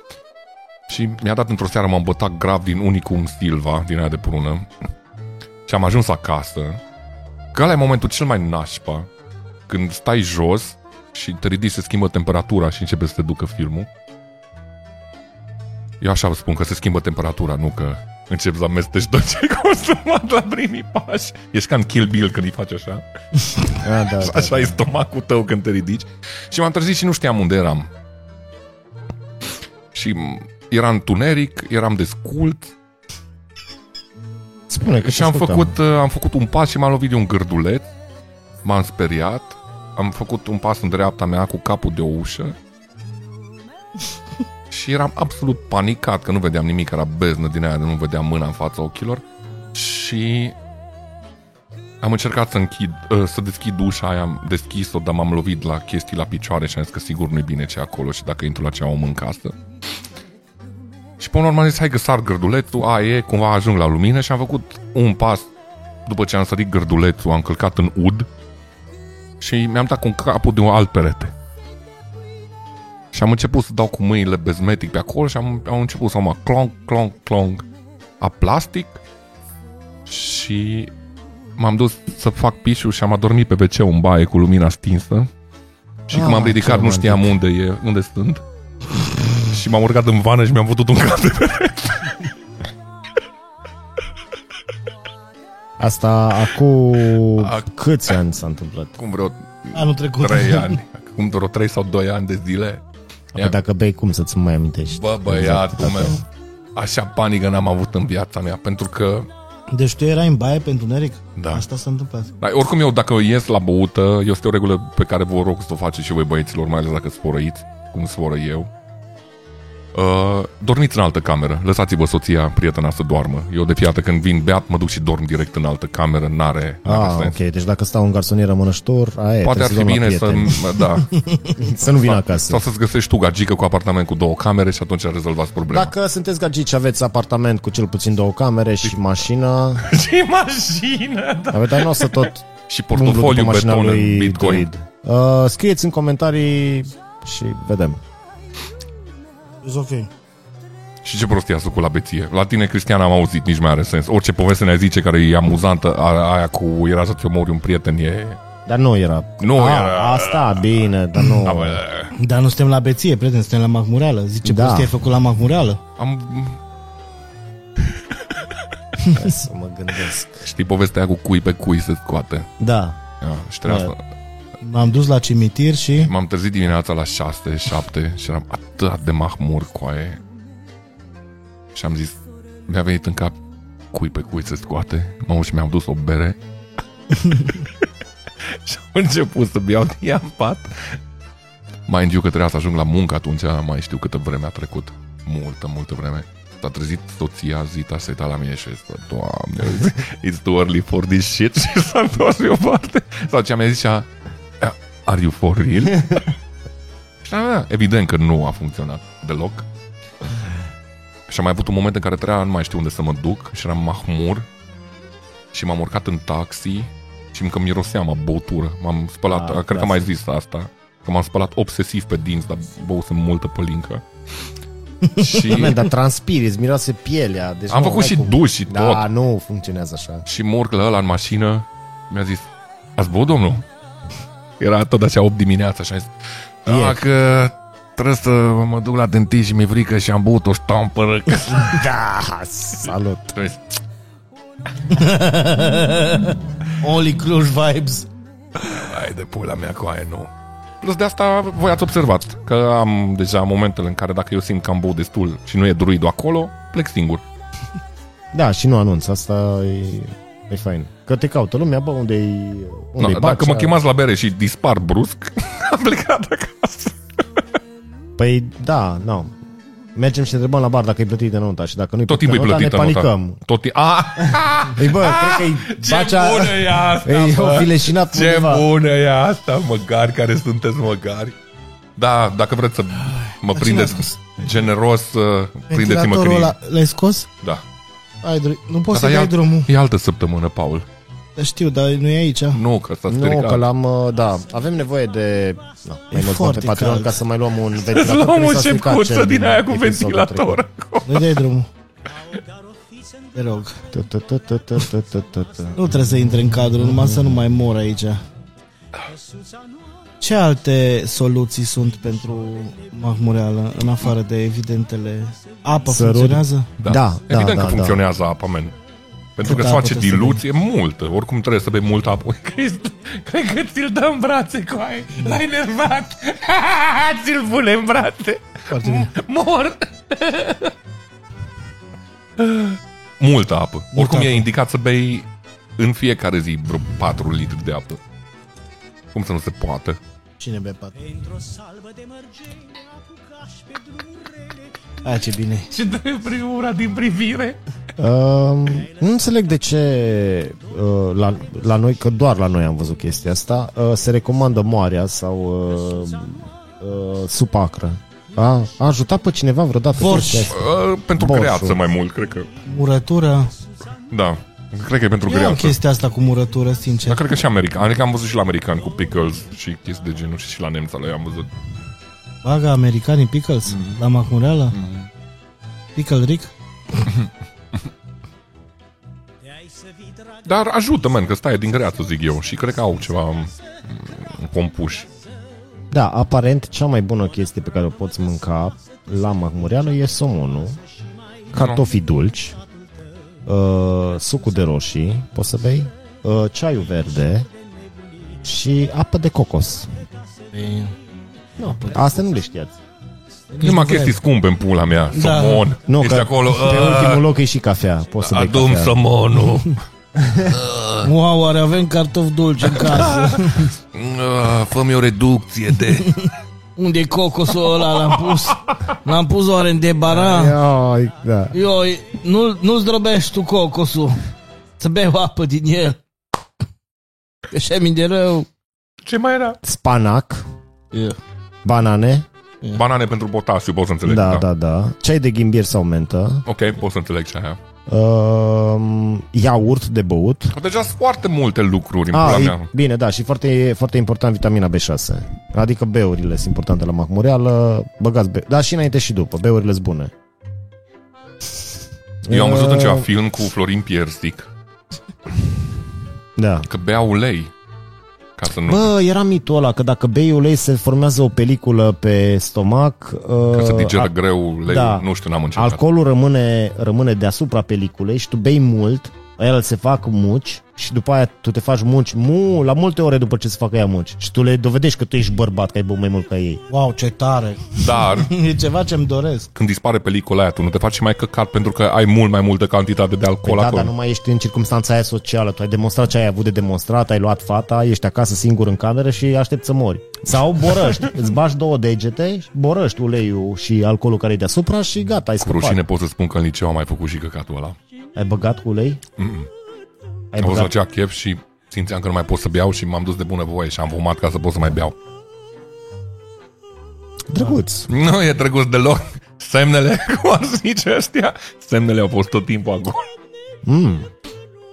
Speaker 1: Și mi-a dat într-o seară, m-am bătat grav din Unicum Silva, din aia de prună. Și am ajuns acasă. Că ăla e momentul cel mai nașpa. Când stai jos și te ridici, se schimbă temperatura și începe să te ducă filmul. Eu așa vă spun că se schimbă temperatura, nu că începi să amesteci tot ce ai consumat la primii pași. Ești ca în Kill Bill când îi faci așa.
Speaker 3: Da, da, da.
Speaker 1: Așa e stomacul tău când te ridici. Și m-am trezit și nu știam unde eram. Și m- era întuneric, eram descult
Speaker 3: Spune că
Speaker 1: și am făcut, uh, am făcut un pas și m-am lovit de un gârdulet. M-am speriat. Am făcut un pas în dreapta mea cu capul de o ușă. și eram absolut panicat că nu vedeam nimic, era beznă din aia, de nu vedeam mâna în fața ochilor. Și am încercat să închid, uh, să deschid ușa aia, am deschis-o, dar m-am lovit la chestii la picioare și am zis că sigur nu-i bine ce e acolo și dacă intru la cea om în casă. Și pe normal zis, hai că sar gârdulețul, a, e, cumva ajung la lumină și am făcut un pas după ce am sărit gârdulețul, am călcat în ud și mi-am dat cu capul de un alt perete. Și am început să dau cu mâinile bezmetic pe acolo și am, am început să mă clonk, clonk, clonk a plastic și m-am dus să fac pișul și am adormit pe wc în baie cu lumina stinsă și când
Speaker 3: Ah,
Speaker 1: m-am
Speaker 3: ce
Speaker 1: ridicat nu știam unde, e, unde sunt și m-am urcat în vană și mi-am făcut un cap de
Speaker 3: Asta acum
Speaker 1: Ac-
Speaker 3: câți ani s-a întâmplat?
Speaker 1: Cum vreo
Speaker 2: Anul trecut.
Speaker 1: 3 ani. Cum vreo 3 sau 2 ani de zile.
Speaker 3: Că dacă bei, cum să-ți mai amintești?
Speaker 1: Bă,
Speaker 3: Exact,
Speaker 1: băiatul meu. Așa panică n-am avut în viața mea, pentru că...
Speaker 2: Deci tu erai în baie pe întuneric?
Speaker 1: Da.
Speaker 2: Asta s-a întâmplat.
Speaker 1: Dar oricum eu, dacă ies la băută, este o regulă pe care vă rog să o faceți și voi băieților, mai ales dacă sporăiți, cum sporă eu. Uh, dormiți în altă cameră, lăsați-vă soția, prietena să doarmă. Eu de fiată când vin beat, mă duc și dorm direct în altă cameră, n-are, n-are
Speaker 3: Ah,
Speaker 1: sens.
Speaker 3: ok, deci dacă stau în garsonieră mănăștor, aia e,
Speaker 1: Poate
Speaker 3: trebuie
Speaker 1: ar
Speaker 3: să
Speaker 1: fi
Speaker 3: luăm la
Speaker 1: bine să...
Speaker 3: prieteni.
Speaker 1: Da,
Speaker 3: să nu vin
Speaker 1: sau
Speaker 3: acasă.
Speaker 1: să-ți găsești tu gagică cu apartament cu două camere și atunci rezolvați problema.
Speaker 3: Dacă sunteți gagici, aveți apartament cu cel puțin două camere și mașină,
Speaker 1: Ce mașină, da.
Speaker 3: aveți, dar nu o să tot
Speaker 1: Și
Speaker 3: umblu după
Speaker 1: portofoliu
Speaker 3: mașina
Speaker 1: beton
Speaker 3: lui
Speaker 1: în Bitcoin.
Speaker 3: Druid. Uh, scrieți în comentarii și vedem.
Speaker 2: E ok.
Speaker 1: Și ce prostie a făcut la beție. La tine, Cristian, am auzit, nici mai are sens. Orice poveste ne zice care e amuzantă, a- aia cu era să-ți omori un prieten, e...
Speaker 3: Dar nu era.
Speaker 1: Nu
Speaker 3: A,
Speaker 1: era.
Speaker 3: Asta, bine, dar nu.
Speaker 1: Am, uh,
Speaker 2: Dar nu suntem la beție, prieten, suntem la Mahmureală. Zice,
Speaker 3: Da.
Speaker 2: da. prostie ai făcut la Mahmureală.
Speaker 1: am,
Speaker 3: Hai să mă gândesc.
Speaker 1: știi povestea aia cu cui pe cui se scoate.
Speaker 3: Da.
Speaker 1: Ia, și trebuia
Speaker 2: Da.
Speaker 1: să...
Speaker 2: M-am dus la cimitir și...
Speaker 1: M-am trezit dimineața la 6, 7 și eram atât de mahmur cu aia. Și am zis, mi-a venit în cap cui pe cui se scoate. Mă uit și mi-am dus o bere. și am început să beau din ea în pat. Mai în că trebuia să ajung la muncă atunci, mai știu câtă vreme a trecut. Multă, multă vreme. S-a trezit soția, Zita, se uita la mine și a zis, Doamne, it's too early for this shit și s-a întors pe o parte. Sau ce mi-a zis și a, Uh, are you for real? Și da, da, evident că nu a funcționat deloc. Și am mai avut un moment în care trebuia, nu mai știu unde să mă duc, și eram mahmur și m-am urcat în taxi și că miroseam a băutură. M-am spălat,
Speaker 3: Ah,
Speaker 1: cred că
Speaker 3: clasic.
Speaker 1: am mai zis asta, că m-am spălat obsesiv pe dinți, dar băusem multă pălincă. și
Speaker 3: Man, Da, dar transpiri, îți miroase pielea. Deci
Speaker 1: am
Speaker 3: nu,
Speaker 1: făcut
Speaker 3: n-ai
Speaker 1: și
Speaker 3: cum.
Speaker 1: duș și
Speaker 3: Da,
Speaker 1: tot.
Speaker 3: nu funcționează așa.
Speaker 1: Și mă urc la ăla în mașină Mi-a zis Ați băut, domnul? Era tot așa 8 dimineața și am zis
Speaker 3: E.
Speaker 1: "Da, că trebuie să mă duc la dentist și mi-e frică și am băut o ștampără că
Speaker 3: Da, salut.
Speaker 1: trebuie să-"
Speaker 2: Only Cluj vibes.
Speaker 1: Păi, Hai de pula mea cu aia, nu Plus de asta voi ați observat Că am deja momentele în care dacă eu simt că am băut destul Și nu e druidul acolo Plec singur
Speaker 3: Da, și nu anunț, asta e, e fain. Că te caută lumea, bă, unde-i, unde-i
Speaker 1: Na, Dacă
Speaker 3: bacea.
Speaker 1: mă chemați la bere și dispar brusc Am plecat acasă
Speaker 3: Păi, da, nu. mergem și întrebăm la bar dacă e plătit de nota și dacă nu-i
Speaker 1: Tot timpul e
Speaker 3: de nota,
Speaker 1: plătită
Speaker 3: ne
Speaker 1: nota.
Speaker 3: panicăm.
Speaker 1: Tot ti- a,
Speaker 3: Ei, bă, cred că
Speaker 1: ce bună e asta,
Speaker 3: E
Speaker 1: bă.
Speaker 3: o fileșinat
Speaker 1: Ce
Speaker 3: undeva.
Speaker 1: bună e asta, măgari care sunteți măgari. Da, dacă vreți să mă prindeți generos, uh, prindeți-mă când
Speaker 2: Ventilatorul
Speaker 1: e.
Speaker 2: ăla l-ai scos?
Speaker 1: Da.
Speaker 2: Ai, dr- nu poți
Speaker 1: Asta
Speaker 2: să
Speaker 1: e,
Speaker 2: dai
Speaker 1: alt-
Speaker 2: drumul.
Speaker 1: e altă săptămână, Paul.
Speaker 2: Dar știu, dar nu e aici.
Speaker 1: Nu, că s-a
Speaker 3: Nu,
Speaker 1: stricat.
Speaker 3: că l-am, uh, da, avem nevoie de na, mai mulți bani
Speaker 2: foarte
Speaker 3: pe Patreon
Speaker 2: cald.
Speaker 3: ca să mai luăm un ventilator. că
Speaker 1: Luăm
Speaker 3: mi
Speaker 1: o
Speaker 3: s-a stricat
Speaker 1: șepcuță
Speaker 3: cel
Speaker 1: din aia cu
Speaker 3: episodul trecut.
Speaker 1: ventilator.
Speaker 2: Nu dai drumul. Te rog.
Speaker 3: Tu, tu, tu, tu, tu, tu, tu, tu, tu.
Speaker 2: Nu trebuie să intre în cadru, numai să nu mai mor aici. Ce alte soluții sunt pentru mahmureală, în afară de evidentele? Apa
Speaker 3: Sărut.
Speaker 2: funcționează?
Speaker 1: Da,
Speaker 3: Da, da,
Speaker 1: Evident
Speaker 3: da,
Speaker 1: că
Speaker 3: da.
Speaker 1: funcționează apa, men. Pentru
Speaker 2: Cât
Speaker 1: că îți
Speaker 2: apă
Speaker 1: face
Speaker 2: trebuie să
Speaker 1: diluție multă. Oricum trebuie să bei multă apă. Crist, Cred că ți-l dă în brațe, coai. L-ai nervat. ți-l pune în brațe.
Speaker 2: Foarte bine.
Speaker 1: Mor. multă apă. Oricum
Speaker 2: apă.
Speaker 1: e indicat să bei în fiecare zi vreo 4 litri de apă. Cum să nu se poată?
Speaker 2: Cine bea pat? Aia ce bine.
Speaker 1: Ce dă priura din privire?
Speaker 3: Um, nu înțeleg de ce uh, la, la noi, că doar la noi am văzut chestia asta, uh, se recomandă moarea sau uh, uh, supa acră. A, a ajutat pe cineva vreodată
Speaker 2: Borș.
Speaker 3: chestia asta?
Speaker 1: Uh, pentru
Speaker 3: Borșul.
Speaker 1: creață mai mult, cred că.
Speaker 2: Murătură?
Speaker 1: Da. Cred că e pentru
Speaker 2: Eu am
Speaker 1: creață.
Speaker 2: chestia asta cu murătură,
Speaker 1: Dar
Speaker 2: sincer.
Speaker 1: cred că și american. Adică am văzut și la american cu pickles și chestii de genul și și la nemța lui am văzut.
Speaker 2: Baga americanii pickles la mahmureală? Pickle Rick?
Speaker 1: Dar ajută, man, că stai din greață, zic eu. Și cred că au ceva m, compuși.
Speaker 3: Da, aparent cea mai bună chestie pe care o poți mânca la Magmureanu e somonul, cartofii dulci, uh, sucul de roșii, poți să bei, uh, ceaiul verde și apă de cocos. Nu, asta nu le știați.
Speaker 1: Numai
Speaker 2: nu vrei.
Speaker 1: chestii scumpe în pula mea.
Speaker 2: Da.
Speaker 1: Somon.
Speaker 3: Nu,
Speaker 1: Ești
Speaker 3: că
Speaker 1: acolo.
Speaker 3: pe
Speaker 1: "Ah,
Speaker 3: ultimul loc e și cafea. Poți să bei
Speaker 1: Adum
Speaker 3: cafea.
Speaker 1: somonul.
Speaker 2: Wow, oare avem cartofi dulci în casă?
Speaker 1: Ah, Fă-mi o reducție de...
Speaker 2: Unde e cocosul ăla? L-am pus. L-am pus oare în debaran?
Speaker 3: Ioi, da.
Speaker 2: Eu, nu, nu zdrobești tu cocosul Să bei o apă din el Că și de rău
Speaker 1: Ce mai era?
Speaker 3: Spanac,
Speaker 2: yeah.
Speaker 3: banane,
Speaker 1: Banane pentru potasiu, pot să înțeleg.
Speaker 3: da, da, da, ceai de gimbier sau mentă,
Speaker 1: Ok, pot să înțeleg ce aia.
Speaker 3: uh, iaurt de băut,
Speaker 1: Deci sunt foarte multe lucruri în
Speaker 3: A,
Speaker 1: pula
Speaker 3: e,
Speaker 1: mea.
Speaker 3: bine, da, și foarte, foarte important vitamina B6. Adică beurile sunt importante la macmureală, băgați be- Da, și înainte și după, beurile sunt bune.
Speaker 1: Eu am văzut
Speaker 3: Uh,
Speaker 1: în ceva film cu Florin Piersic
Speaker 3: Da.
Speaker 1: că bea ulei. Ca să nu...
Speaker 3: Bă, era mitul ăla că dacă bei ulei se formează o peliculă pe stomac.
Speaker 1: Că se
Speaker 3: uh,
Speaker 1: digeră
Speaker 3: a-
Speaker 1: greu ulei.
Speaker 3: da.
Speaker 1: Nu știu, n-am încercat.
Speaker 3: Alcoolul rămâne, rămâne deasupra peliculei și tu bei mult, el se fac muci și după aia tu te faci muci mu, la multe ore după ce se facă ea muci și tu le dovedești că tu ești bărbat, că ai băut mai mult ca ei.
Speaker 2: Wow, ce tare
Speaker 1: Dar
Speaker 2: E ceva ce-mi doresc
Speaker 1: când dispare pelicula aia, tu nu te faci mai căcat pentru că ai mult mai multă cantitate de alcool
Speaker 3: Păi da,
Speaker 1: acolo.
Speaker 3: dar nu mai ești în circunstanța aia socială. Tu ai demonstrat ce ai avut de demonstrat, ai luat fata, ești acasă singur în cameră și aștepți să mori. Sau borăști, îți bași două degete, borăști uleiul și alcoolul care e deasupra și gata, ai
Speaker 1: Cu
Speaker 3: scăpat.
Speaker 1: rușine pot să spun că în liceu am mai făcut și căcatul ăla.
Speaker 3: Ai băgat cu ulei? Ai
Speaker 1: Am fost la
Speaker 3: băgat...
Speaker 1: acea chef și simțeam că nu mai pot să beau și m-am dus de bună voie și am vomat ca să pot să mai beau.
Speaker 3: Drăguț.
Speaker 1: Nu e drăguț deloc. Semnele, cum ar zice ăstia, semnele au fost tot timpul acolo.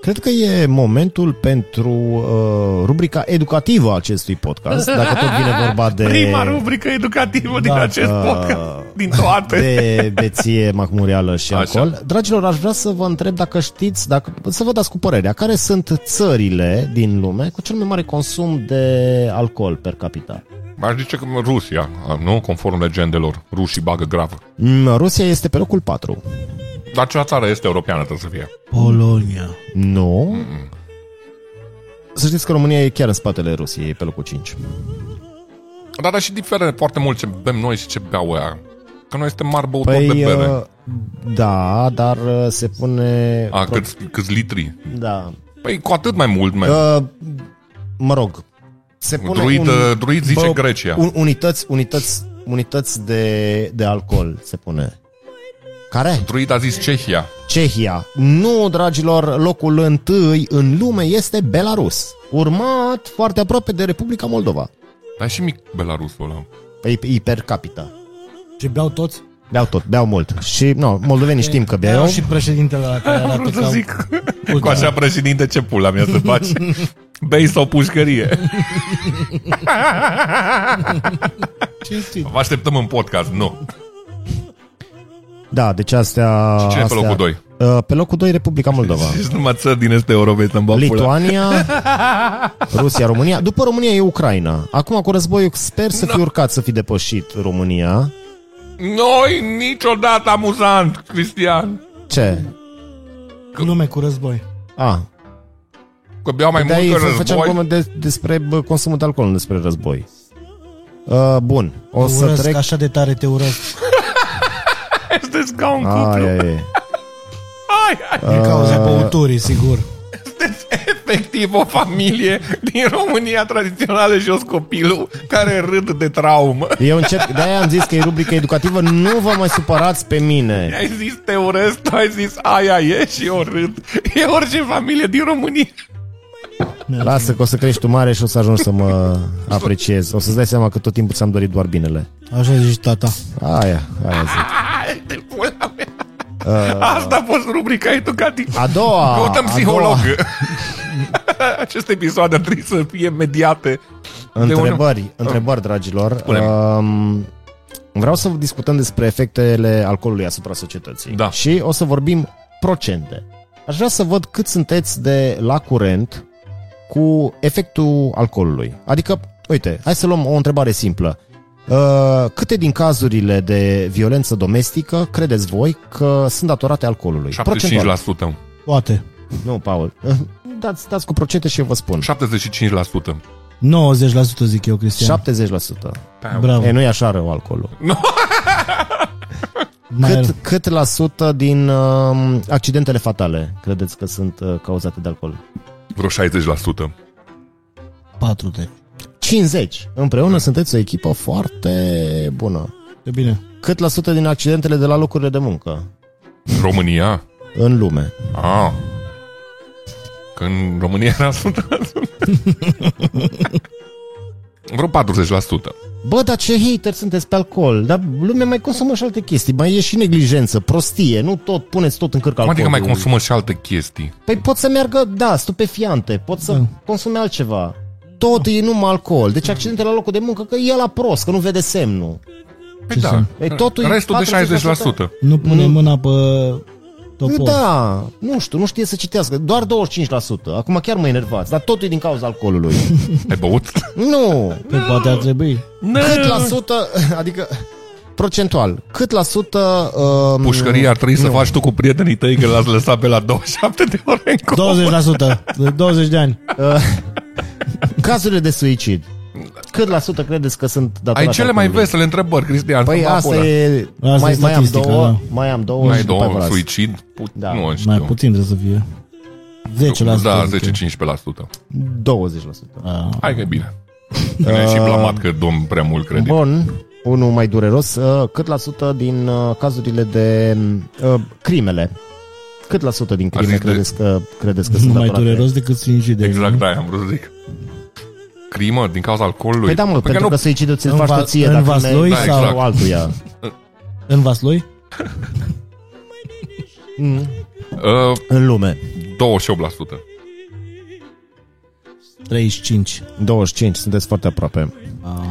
Speaker 3: Cred că e momentul pentru uh, rubrica educativă a acestui podcast, dacă tot vine vorba de...
Speaker 1: Prima rubrică educativă din
Speaker 3: Da,
Speaker 1: acest
Speaker 3: da.
Speaker 1: podcast, din toate.
Speaker 3: de beție macmurială și
Speaker 1: Așa.
Speaker 3: alcool. Dragilor, aș vrea să vă întreb dacă știți, dacă, să vă dați cu părerea, care sunt țările din lume cu cel mai mare consum de alcool per capita?
Speaker 1: Aș zice că Rusia, nu? Conform legendelor, rușii bagă grav.
Speaker 3: Mm, Rusia este pe locul 4.
Speaker 1: Dar cea țară este europeană, trebuie să fie.
Speaker 2: Polonia
Speaker 3: Nu. Să știți că România e chiar în spatele Rusiei, e pe locul 5.
Speaker 1: Dar, dar și diferă foarte mult ce bem noi și ce beau ăia. Că noi suntem mari băutori de
Speaker 3: Păi,
Speaker 1: bere.
Speaker 3: uh, da, dar uh, se pune...
Speaker 1: A, câți, câți litri?
Speaker 3: Da.
Speaker 1: Păi cu atât mai mult, mai.
Speaker 3: Uh, mă rog, se pune
Speaker 1: Druid,
Speaker 3: un...
Speaker 1: un... druid zice Grecia.
Speaker 3: Un, unități, unități, unități de, de alcool se pune. Care?
Speaker 1: Druid a zis Cehia.
Speaker 3: Cehia. Nu, dragilor, locul întâi în lume este Belarus. Urmat foarte aproape de Republica Moldova.
Speaker 1: Dar e și mic Belarusul ăla.
Speaker 3: Păi, e per capita.
Speaker 2: Ce beau toți?
Speaker 3: Beau tot, beau mult. Și, nu, moldovenii știm că beau.
Speaker 1: Da,
Speaker 2: Beau și președintele la care
Speaker 1: Am
Speaker 2: arată
Speaker 1: vrut să
Speaker 2: ca-
Speaker 1: zic.
Speaker 2: Uite,
Speaker 1: Cu așa președinte ce pula mea să faci? Bei sau pușcărie?
Speaker 2: Cinstit.
Speaker 1: Vă așteptăm în podcast, nu.
Speaker 3: Da, deci astea...
Speaker 1: cine e pe
Speaker 3: astea,
Speaker 1: locul doi?
Speaker 3: Uh, Pe locul 2 Republica Moldova.
Speaker 1: Deci numai țări din este Europei să-mi bag pula.
Speaker 3: Lituania, Rusia, România. După România e Ucraina. Acum cu războiul sper să fi urcat să fi depășit România.
Speaker 1: Noi niciodată amuzant, Cristian.
Speaker 3: Ce?
Speaker 2: Lume cu război.
Speaker 3: A,
Speaker 1: Că beau mai
Speaker 3: de
Speaker 1: mult
Speaker 3: aici
Speaker 1: că
Speaker 3: făceam
Speaker 1: război.
Speaker 3: glumă de, despre bă, consumul de alcool, nu despre război. Uh, bun, o
Speaker 2: O
Speaker 3: să
Speaker 2: urăsc,
Speaker 3: trec...
Speaker 2: așa de tare te urăsc.
Speaker 1: Sunteți ca un
Speaker 3: Ai,
Speaker 1: cuplu.
Speaker 3: ai, ai.
Speaker 1: Ai, ai.
Speaker 2: Din cauza băuturii, sigur.
Speaker 1: Sunteți efectiv o familie din România tradițională și eu copilul care râd de traumă.
Speaker 3: Eu încerc, de-aia am zis că e rubrica educativă, nu vă mai supărați pe mine.
Speaker 1: Ai zis te urăsc, tu ai zis aia e și eu râd. E orice familie din România.
Speaker 3: Lasă că o să crești tu mare și o să ajungi să mă apreciez. O să-ți dai seama că tot timpul ți-am dorit doar binele.
Speaker 2: Așa zici tata.
Speaker 3: Aia, aia zic.
Speaker 1: Ai, te pula mea. Asta a fost rubrica educativă.
Speaker 3: Uh. A doua,
Speaker 1: Căutăm
Speaker 3: a
Speaker 1: psiholog.
Speaker 3: doua
Speaker 1: Aceste episoade trebuie să fie mediate.
Speaker 3: întrebări, întrebări, dragilor.
Speaker 1: Oh. Spune-mi.
Speaker 3: Um, vreau să discutăm despre efectele alcoolului asupra societății.
Speaker 1: Da.
Speaker 3: Și o să vorbim procente. Aș vrea să văd cât sunteți de la curent cu efectul alcoolului. Adică, uite, hai să luăm o întrebare simplă. Uh, Câte din cazurile de violență domestică credeți voi că sunt datorate alcoolului? Procentual.
Speaker 1: 75%.
Speaker 2: Poate.
Speaker 3: Nu, Paul. Dați, dați cu procente și eu vă spun.
Speaker 1: 75%.
Speaker 2: 90% zic eu, Cristian.
Speaker 3: 70%.
Speaker 2: Bravo.
Speaker 3: E, nu e așa rău alcoolul.
Speaker 2: Mai
Speaker 3: Cât,
Speaker 2: rău.
Speaker 3: cât la sută din uh, accidentele fatale credeți că sunt uh, cauzate de alcool?
Speaker 1: Vreo 60%.
Speaker 2: 40.
Speaker 3: 50. Împreună sunteți o echipă foarte bună.
Speaker 2: E bine.
Speaker 3: Cât la sută din accidentele de la locurile de muncă
Speaker 1: România?
Speaker 3: în lume?
Speaker 1: Ah. Când România era 100%. Vreo 40%.
Speaker 3: Bă, dar ce hater sunteți pe alcool, dar lumea mai consumă și alte chestii, mai e și neglijență, prostie, nu tot, puneți tot în cârca
Speaker 1: Cum adică mai
Speaker 3: alcoolului.
Speaker 1: consumă și alte chestii?
Speaker 3: Păi pot să meargă, da, stupefiante, pot să
Speaker 2: Da.
Speaker 3: consume altceva. Tot e numai alcool. Deci accidentele la locul de muncă, că e la prost, că nu vede semnul.
Speaker 1: Păi
Speaker 2: Ce
Speaker 1: da.
Speaker 2: sunt?
Speaker 3: Păi totul e
Speaker 1: Restul de 60%.
Speaker 3: 40%.
Speaker 2: Nu pune mâna pe topor.
Speaker 3: Mm. Da, nu știu, nu știe să citească. Doar 25%. Acum chiar mă enervați, dar totul e din cauza alcoolului.
Speaker 1: Ai băut?
Speaker 3: nu!
Speaker 2: Păi poate ar trebui.
Speaker 3: Cât la sută, adică procentual, cât la sută... Um,
Speaker 1: Pușcăria ar trebui să faci tu cu prietenii tăi că l-ați lăsat pe la 27 de ore în coma.
Speaker 2: 20%. De 20 de ani.
Speaker 3: Cazurile de suicid. Cât la sută credeți că sunt datorate
Speaker 1: Ai cele mai
Speaker 3: alcoolului?
Speaker 1: vesele întrebări, Cristian.
Speaker 3: Păi
Speaker 1: să-mi fac
Speaker 3: asta
Speaker 1: pula.
Speaker 3: e... mai,
Speaker 2: Asta e
Speaker 3: mai am
Speaker 2: statistica,
Speaker 3: două,
Speaker 2: da.
Speaker 3: mai am două
Speaker 1: Mai ai
Speaker 3: și după aia
Speaker 1: două
Speaker 3: vă las.
Speaker 1: suicid? Put-
Speaker 3: Da.
Speaker 1: Nu
Speaker 2: Mai
Speaker 1: știu.
Speaker 2: puțin trebuie să fie. 10%.
Speaker 1: Da,
Speaker 2: zic eu.
Speaker 1: 10-15%.
Speaker 3: 20%.
Speaker 2: A,
Speaker 1: Hai că e bine.
Speaker 3: Uh,
Speaker 1: Ne-ai și blamat că dăm prea mult credit.
Speaker 3: Bun, unul mai dureros, uh, cât la sută din uh, cazurile de uh, crimele? Cât la sută din crime
Speaker 1: zis de-
Speaker 3: credeți că, credeți că
Speaker 2: Nu
Speaker 3: sunt
Speaker 2: mai
Speaker 3: datorate?
Speaker 2: dureros decât sinucidere.
Speaker 1: Exact aia am vrut să zic. Crimă din cauza alcoolului?
Speaker 3: Păi da, mă,
Speaker 1: Păi
Speaker 3: pentru că,
Speaker 1: nu-
Speaker 3: suicidul ți-l
Speaker 2: În
Speaker 3: faci
Speaker 2: va-
Speaker 3: tu ție,
Speaker 2: în
Speaker 3: dacă
Speaker 2: vaslui
Speaker 1: Da, sau- exact.
Speaker 3: altuia.
Speaker 2: În Vaslui? Mm.
Speaker 1: Uh,
Speaker 3: În
Speaker 1: 28%.
Speaker 3: lume.
Speaker 2: 35.
Speaker 3: 25, sunteți foarte aproape.
Speaker 2: A.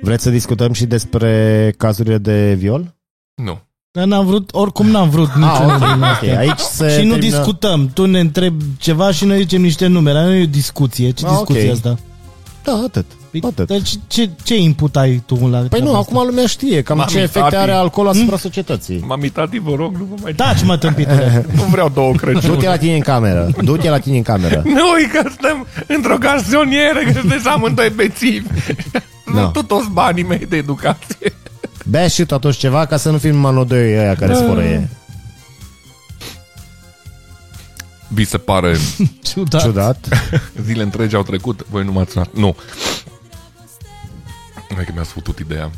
Speaker 3: Vreți să discutăm și despre cazurile de viol?
Speaker 1: Nu.
Speaker 2: Dar n-am vrut, oricum n-am vrut niciunul
Speaker 3: Ah, ok,
Speaker 2: din
Speaker 3: ok,
Speaker 2: astea.
Speaker 3: aici se
Speaker 2: Și nu
Speaker 3: termină-
Speaker 2: discutăm. Tu ne întrebi ceva și noi zicem niște nume. Dar nu e o discuție. Ce
Speaker 3: Ah,
Speaker 2: discuție
Speaker 3: ok.
Speaker 2: asta? Păi,
Speaker 3: Da, atât. atât.
Speaker 2: Dar ce, ce, ce input ai tu la
Speaker 3: Păi nu,
Speaker 2: treaba
Speaker 3: acum lumea știe cam
Speaker 1: Mami,
Speaker 3: ce efecte
Speaker 1: tati.
Speaker 3: are alcool
Speaker 2: Mm.
Speaker 3: asupra societății.
Speaker 1: M-am imitat, vă rog, nu vă mai...
Speaker 2: asta? Taci, mă, tâmpitule.
Speaker 1: Nu vreau două
Speaker 3: Du-te
Speaker 1: Crăciune.
Speaker 3: la tine în cameră. Du-te la tine în cameră.
Speaker 1: Nu, e că stăm într-o garsonieră, că sunteți amândoi bețivi.
Speaker 3: Da.
Speaker 1: Nu tu toți banii mei de educație.
Speaker 3: Bea și tu atunci ceva ca să nu fim manodoi aia care sfărăie.
Speaker 1: Vi se pare
Speaker 2: Ciudat.
Speaker 3: Ciudat.
Speaker 1: zile întregi au trecut, voi nu m-ați sunat. Nu. Hai că mi-ați făcut ideea.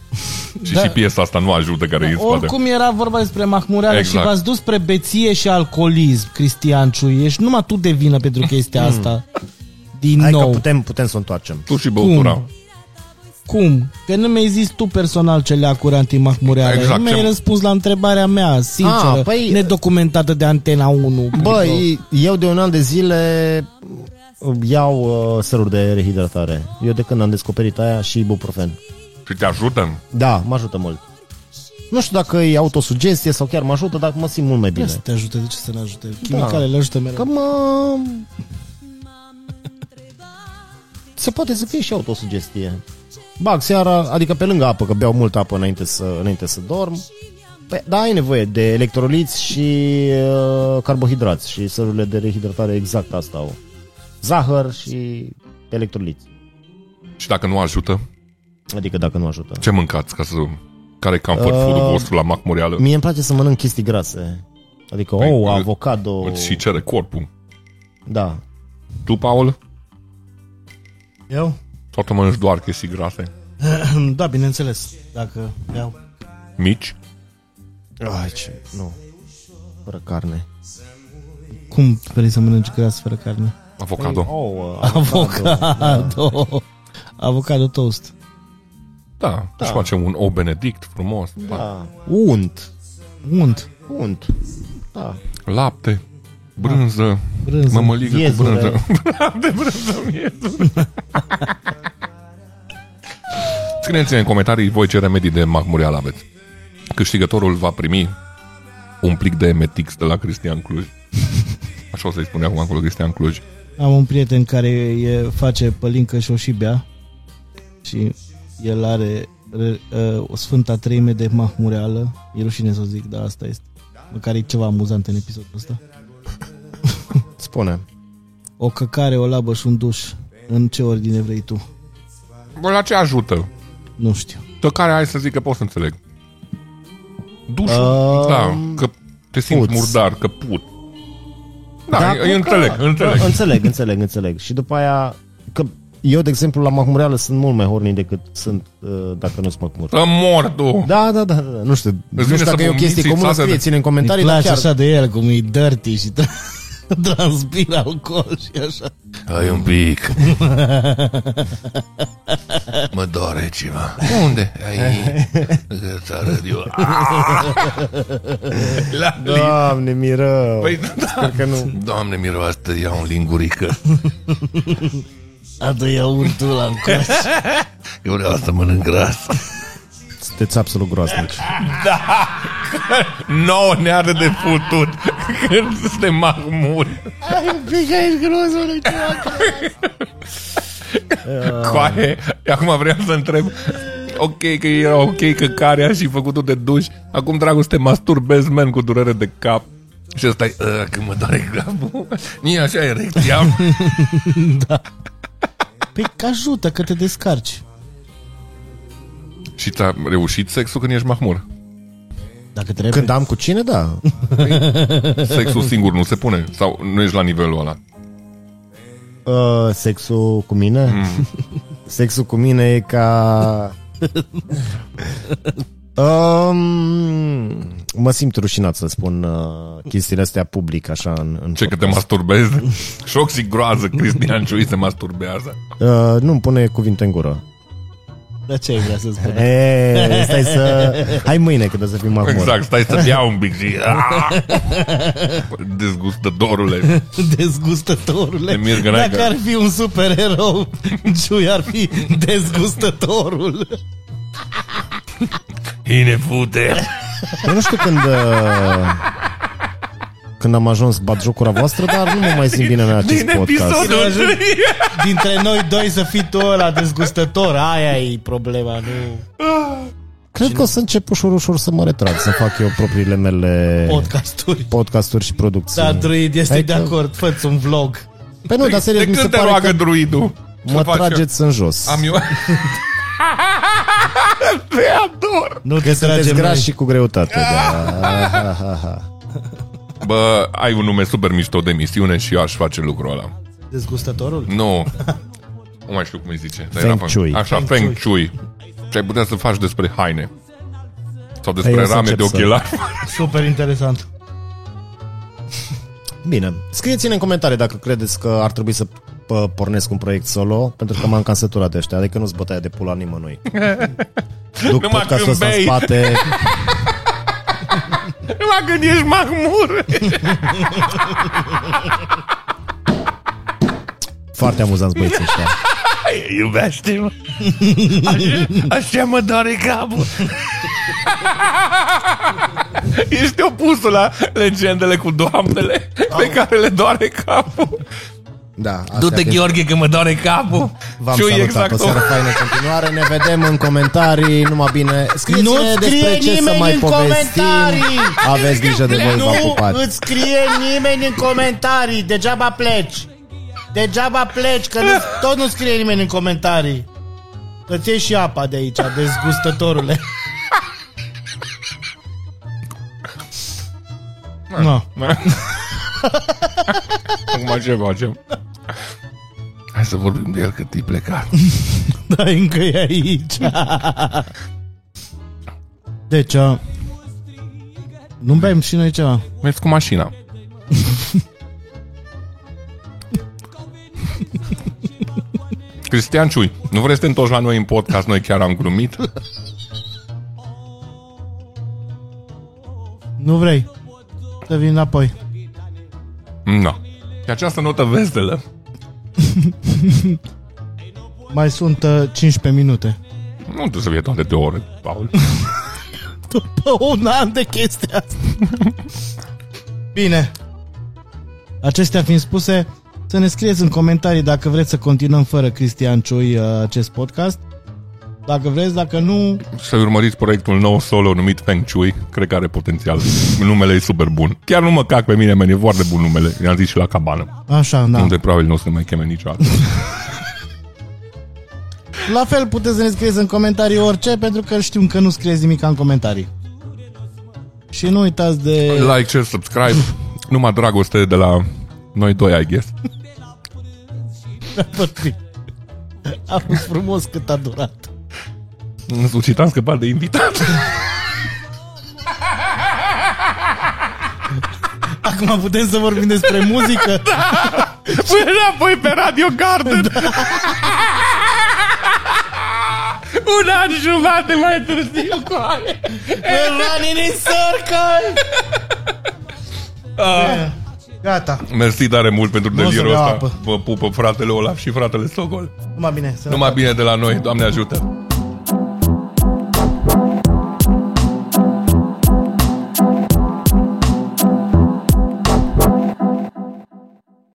Speaker 1: Și,
Speaker 2: Da.
Speaker 1: și piesa asta nu ajută care e în spate.
Speaker 2: Oricum era vorba despre mahmureală exact.
Speaker 1: Exact.
Speaker 2: și v-ați dus spre beție și alcoolism, Cristian Ciui. Ești numai tu de vină pentru chestia asta. Din
Speaker 3: Hmm. Hai că
Speaker 2: nou.
Speaker 3: putem, putem să o întoarcem.
Speaker 1: Tu și băutura.
Speaker 2: Cum? Cum? Că nu mi-ai zis tu personal ce leacuri antimahmureale.
Speaker 1: Exact,
Speaker 2: Exact, nu mi-ai
Speaker 1: ce-
Speaker 2: răspuns la întrebarea mea, sinceră,
Speaker 3: Ah,
Speaker 2: ah,
Speaker 3: păi-
Speaker 2: păi... nedocumentată de Antena 1.
Speaker 3: Băi, eu de un an de zile iau uh, săruri de rehidratare. Eu de când am descoperit aia și ibuprofen.
Speaker 1: Și te ajută?
Speaker 3: Da, mă ajută mult. Nu știu dacă e autosugestie sau chiar mă ajută, dar mă simt mult mai
Speaker 2: Ia
Speaker 3: bine.
Speaker 2: să te ajute, de ce să ne ajute? Chimicalele da. ajută mereu.
Speaker 3: Că mă... Se poate să fie și autosugestie. Bag seara, adică pe lângă apă, că beau multă apă înainte să, înainte să dorm. Păi, da, ai nevoie de electroliți și uh, carbohidrați și sărurile de rehidratare exact asta au. Zahăr și electroliți.
Speaker 1: Și dacă nu ajută,
Speaker 3: Adică dacă nu ajută.
Speaker 1: ce mâncați? Ca să... Care e comfort
Speaker 3: Uh,
Speaker 1: food-ul vostru la Mac Morială?
Speaker 3: Mie îmi place să mănânc chestii grase. Adică
Speaker 1: Păi,
Speaker 3: ou,
Speaker 1: îl-
Speaker 3: avocado.
Speaker 1: Îți și cere corpul.
Speaker 3: Da.
Speaker 1: Tu, Paul?
Speaker 2: Eu?
Speaker 1: Sau tu mănânci doar chestii grase?
Speaker 2: da, bineînțeles, dacă beau.
Speaker 1: Mici?
Speaker 3: Ai, ce... Nu. Fără carne.
Speaker 2: Cum vrei să mănânci gras fără carne?
Speaker 1: Avocado?
Speaker 3: Ouă,
Speaker 2: Avocado. Avocado toast.
Speaker 1: Da, da. își facem un ou benedict frumos, da.
Speaker 3: Da. Unt.
Speaker 2: Unt.
Speaker 3: Unt. Da.
Speaker 1: lapte, brânză, da.
Speaker 2: Brânză.
Speaker 1: mămăligă cu
Speaker 3: Viezure.
Speaker 1: brânză. Lapte, brânză, viezure. Scrieți-ne în comentarii voi ce remedii de macmureală aveți. Câștigătorul va primi un plic de Metix de la Cristian Cluj. Așa o să-i spune acum acolo Cristian Cluj.
Speaker 2: Am un prieten care e, face pălincă și o și bea și el are re, uh, o sfânta treime de mahmureală. E rușine să o zic, dar asta este. Măcar e ceva amuzant în episodul ăsta.
Speaker 3: Spune.
Speaker 2: O căcare, o labă și un duș. În ce ordine vrei tu?
Speaker 1: Bă, la ce ajută?
Speaker 2: Nu știu.
Speaker 1: Tot care ai să zic că pot să înțeleg. Dușul,
Speaker 3: Um,
Speaker 1: da, că te simți
Speaker 3: puț.
Speaker 1: murdar, că put. Da,
Speaker 3: Da,
Speaker 1: da
Speaker 3: cred că-
Speaker 1: eu înțeleg, înțeleg.
Speaker 3: Înțeleg. înțeleg, înțeleg, înțeleg. Și după aia, că eu, de exemplu, la mahmureală sunt mult mai horny decât sunt uh, dacă nu-s mahmur.
Speaker 1: Să mor tu!
Speaker 3: Da, da, da, da, nu știu. nu
Speaker 1: vine
Speaker 3: știu
Speaker 1: să
Speaker 3: dacă e o
Speaker 1: vomiți
Speaker 3: chestie comună,
Speaker 1: țasă de-
Speaker 3: scrieți-ne în
Speaker 2: Îmi
Speaker 3: comentarii, dar
Speaker 2: place
Speaker 3: chiar...
Speaker 2: așa de el, cum e dirty și tra- transpiră alcool și așa.
Speaker 1: Ai un pic. mă doare ceva. Unde? Ai... Îți arăt eu. La da.
Speaker 3: Doamne, mi rău.
Speaker 1: Păi,
Speaker 3: Păi,
Speaker 1: da.
Speaker 3: Sper că nu.
Speaker 1: Doamne miroasă, ia un lingurică.
Speaker 2: Adu iaurtul la coș.
Speaker 1: Eu vreau să mănânc gras.
Speaker 3: Sunteți absolut groaznici.
Speaker 1: Nouă ne are de putut când suntem mahmuri. Coaie, acum vreau să întreb Ok că era ok că carea și făcutul de duș Acum, dragul, să te masturbezi, man, cu durere de cap Și stai, "Ă, când mă doare capul Nici așa erecția
Speaker 2: Păi că ajută, că te descarci.
Speaker 1: Și ți-a reușit sexul când ești mahmur?
Speaker 2: Dacă trebuie.
Speaker 3: Când am cu cine, da.
Speaker 1: Sexul singur nu se pune? Sau nu ești la nivelul ăla?
Speaker 3: Uh, sexul cu mine? Mm. Sexul cu mine e ca... um, mă simt rușinat să spun uh, chestiile astea public, așa, în... în
Speaker 1: Ce, că te masturbezi? Șoc și groază, Cristian Ciui se masturbează
Speaker 3: uh, nu-mi pune cuvinte în gură.
Speaker 2: Dar ce ai vrea să spun?
Speaker 3: E, stai să... Hai mâine, când o să fim mai
Speaker 1: Exact, stai să te iau un pic și... "Ah!" Dezgustătorule
Speaker 2: Dezgustătorule.
Speaker 1: De Mirgă Naică.
Speaker 2: Dacă ar fi un supererou, Ciui ar fi dezgustătorul.
Speaker 1: Inefute
Speaker 3: Eu nu știu când... Uh, când am ajuns batjocura voastră, dar nu mă mai simt bine în acest
Speaker 1: Din
Speaker 3: podcast.
Speaker 1: episodul 3
Speaker 2: Dintre noi doi să fii tu ăla dezgustător, aia e problema, nu
Speaker 3: Cred că o să încep ușor, ușor să mă retrag, să fac eu propriile mele
Speaker 2: podcasturi.
Speaker 3: podcasturi și producții.
Speaker 2: Da, druid, este
Speaker 3: Hai
Speaker 2: de
Speaker 3: că-
Speaker 2: acord, fă un vlog.
Speaker 3: Păi nu, dar serios,
Speaker 1: de
Speaker 3: mi se
Speaker 1: când te
Speaker 3: pare
Speaker 1: roagă
Speaker 3: că
Speaker 1: druidul?
Speaker 3: mă
Speaker 1: Să faci-
Speaker 3: trageți în jos.
Speaker 1: Am eu... te ador!
Speaker 2: Nu
Speaker 3: Că
Speaker 2: te
Speaker 3: sunteți
Speaker 2: tragem
Speaker 3: grași
Speaker 2: noi.
Speaker 3: și cu greutate.
Speaker 1: Ah!
Speaker 3: Da.
Speaker 1: Bă, ai un nume super mișto de misiune și eu aș face lucrul ăla.
Speaker 2: Dezgustătorul?
Speaker 1: Nu. Nu mai știu cum îi zice. dar
Speaker 3: Feng
Speaker 1: era pe-
Speaker 3: Shui.
Speaker 1: Așa, Feng Shui. Și ai putea să faci despre haine. Sau
Speaker 3: Păi,
Speaker 1: despre
Speaker 3: eu să
Speaker 1: rame
Speaker 3: încep
Speaker 1: de
Speaker 3: să-
Speaker 1: ochelari.
Speaker 2: Super interesant.
Speaker 3: Bine. Scrieți-ne în comentarii dacă credeți că ar trebui să pă- pornesc un proiect solo, pentru că m-am cam săturat de ăștia, adică nu-s bătaia de pula nimănui. Duc
Speaker 1: Numai
Speaker 3: podcastul ăsta în
Speaker 1: zâmbei.
Speaker 3: spate,
Speaker 1: La când ești mahmur!
Speaker 3: foarte amuzanți băieții ăștia.
Speaker 1: Iubește-mă! Așa, așa mă doare capul! Ești opusul la legendele cu doamnele pe care le doare capul.
Speaker 3: Da, așa
Speaker 1: Du-te,
Speaker 3: că-
Speaker 1: Gheorghe, că mă doare capul.
Speaker 3: V-am
Speaker 1: Și eu
Speaker 3: salutat,
Speaker 1: exact
Speaker 3: o seară faină în continuare, ne vedem în comentarii, numai bine. Scrieți-ne
Speaker 2: Nu
Speaker 3: despre
Speaker 2: scrie
Speaker 3: ce să
Speaker 2: nimeni
Speaker 3: mai
Speaker 2: în
Speaker 3: povestim.
Speaker 2: comentarii!
Speaker 3: Aveți grijă de voi, v-am
Speaker 2: nu
Speaker 3: pupat.
Speaker 2: îți scrie nimeni în comentarii, degeaba pleci. Degeaba pleci, că nu, tot nu scrie nimeni în comentarii. Îți iei și apa de aici, dezgustătorule. No.
Speaker 1: Acum ce facem? Hai să vorbim de el cât e plecat.
Speaker 2: Da, încă e aici. Deci, a... nu bem și noi ceva.
Speaker 1: Mergi cu mașina. Cristian Ciui, nu vrei să te întorci la noi în podcast? Noi chiar am glumit.
Speaker 2: Nu vrei să vin înapoi.
Speaker 1: Nu. Pe această notă vestelă.
Speaker 2: Mai sunt uh, 15 minute.
Speaker 1: Nu trebuie să fie toate de ore, Paul.
Speaker 2: După un an de chestia asta. Bine. Acestea fiind spuse, să ne scrieți în comentarii dacă vreți să continuăm fără Cristian Ciui uh, acest podcast. Dacă vreți, dacă nu,
Speaker 1: Să urmăriți proiectul nou solo numit Feng Chui. Cred că are potențial. Numele e super bun. Chiar nu mă cac pe mine, men, e foarte bun numele. I-am zis și la cabană.
Speaker 2: așa, da.
Speaker 1: Unde probabil nu o să ne mai cheme niciodată.
Speaker 2: La fel puteți să ne scrieți în comentarii orice, pentru că știm că nu scrieți nimic în comentarii. Și nu uitați de...
Speaker 1: Like, share, subscribe. Numai dragoste de la noi doi, I guess.
Speaker 2: A fost frumos cât a durat.
Speaker 1: Sucit am scăpat de invitat.
Speaker 2: Acum putem să vorbim despre muzică?
Speaker 1: Până înapoi pe Radio Garden. Un an jumate mai târziu cu
Speaker 2: We're running in circle! Gata,
Speaker 1: Mersi tare mult pentru
Speaker 2: să
Speaker 1: delirul
Speaker 2: beau
Speaker 1: ăsta.
Speaker 2: apă.
Speaker 1: Vă pupă fratele Olaf și fratele Socol.
Speaker 2: numai bine. Să
Speaker 1: Numai bine de la noi, Doamne ajută!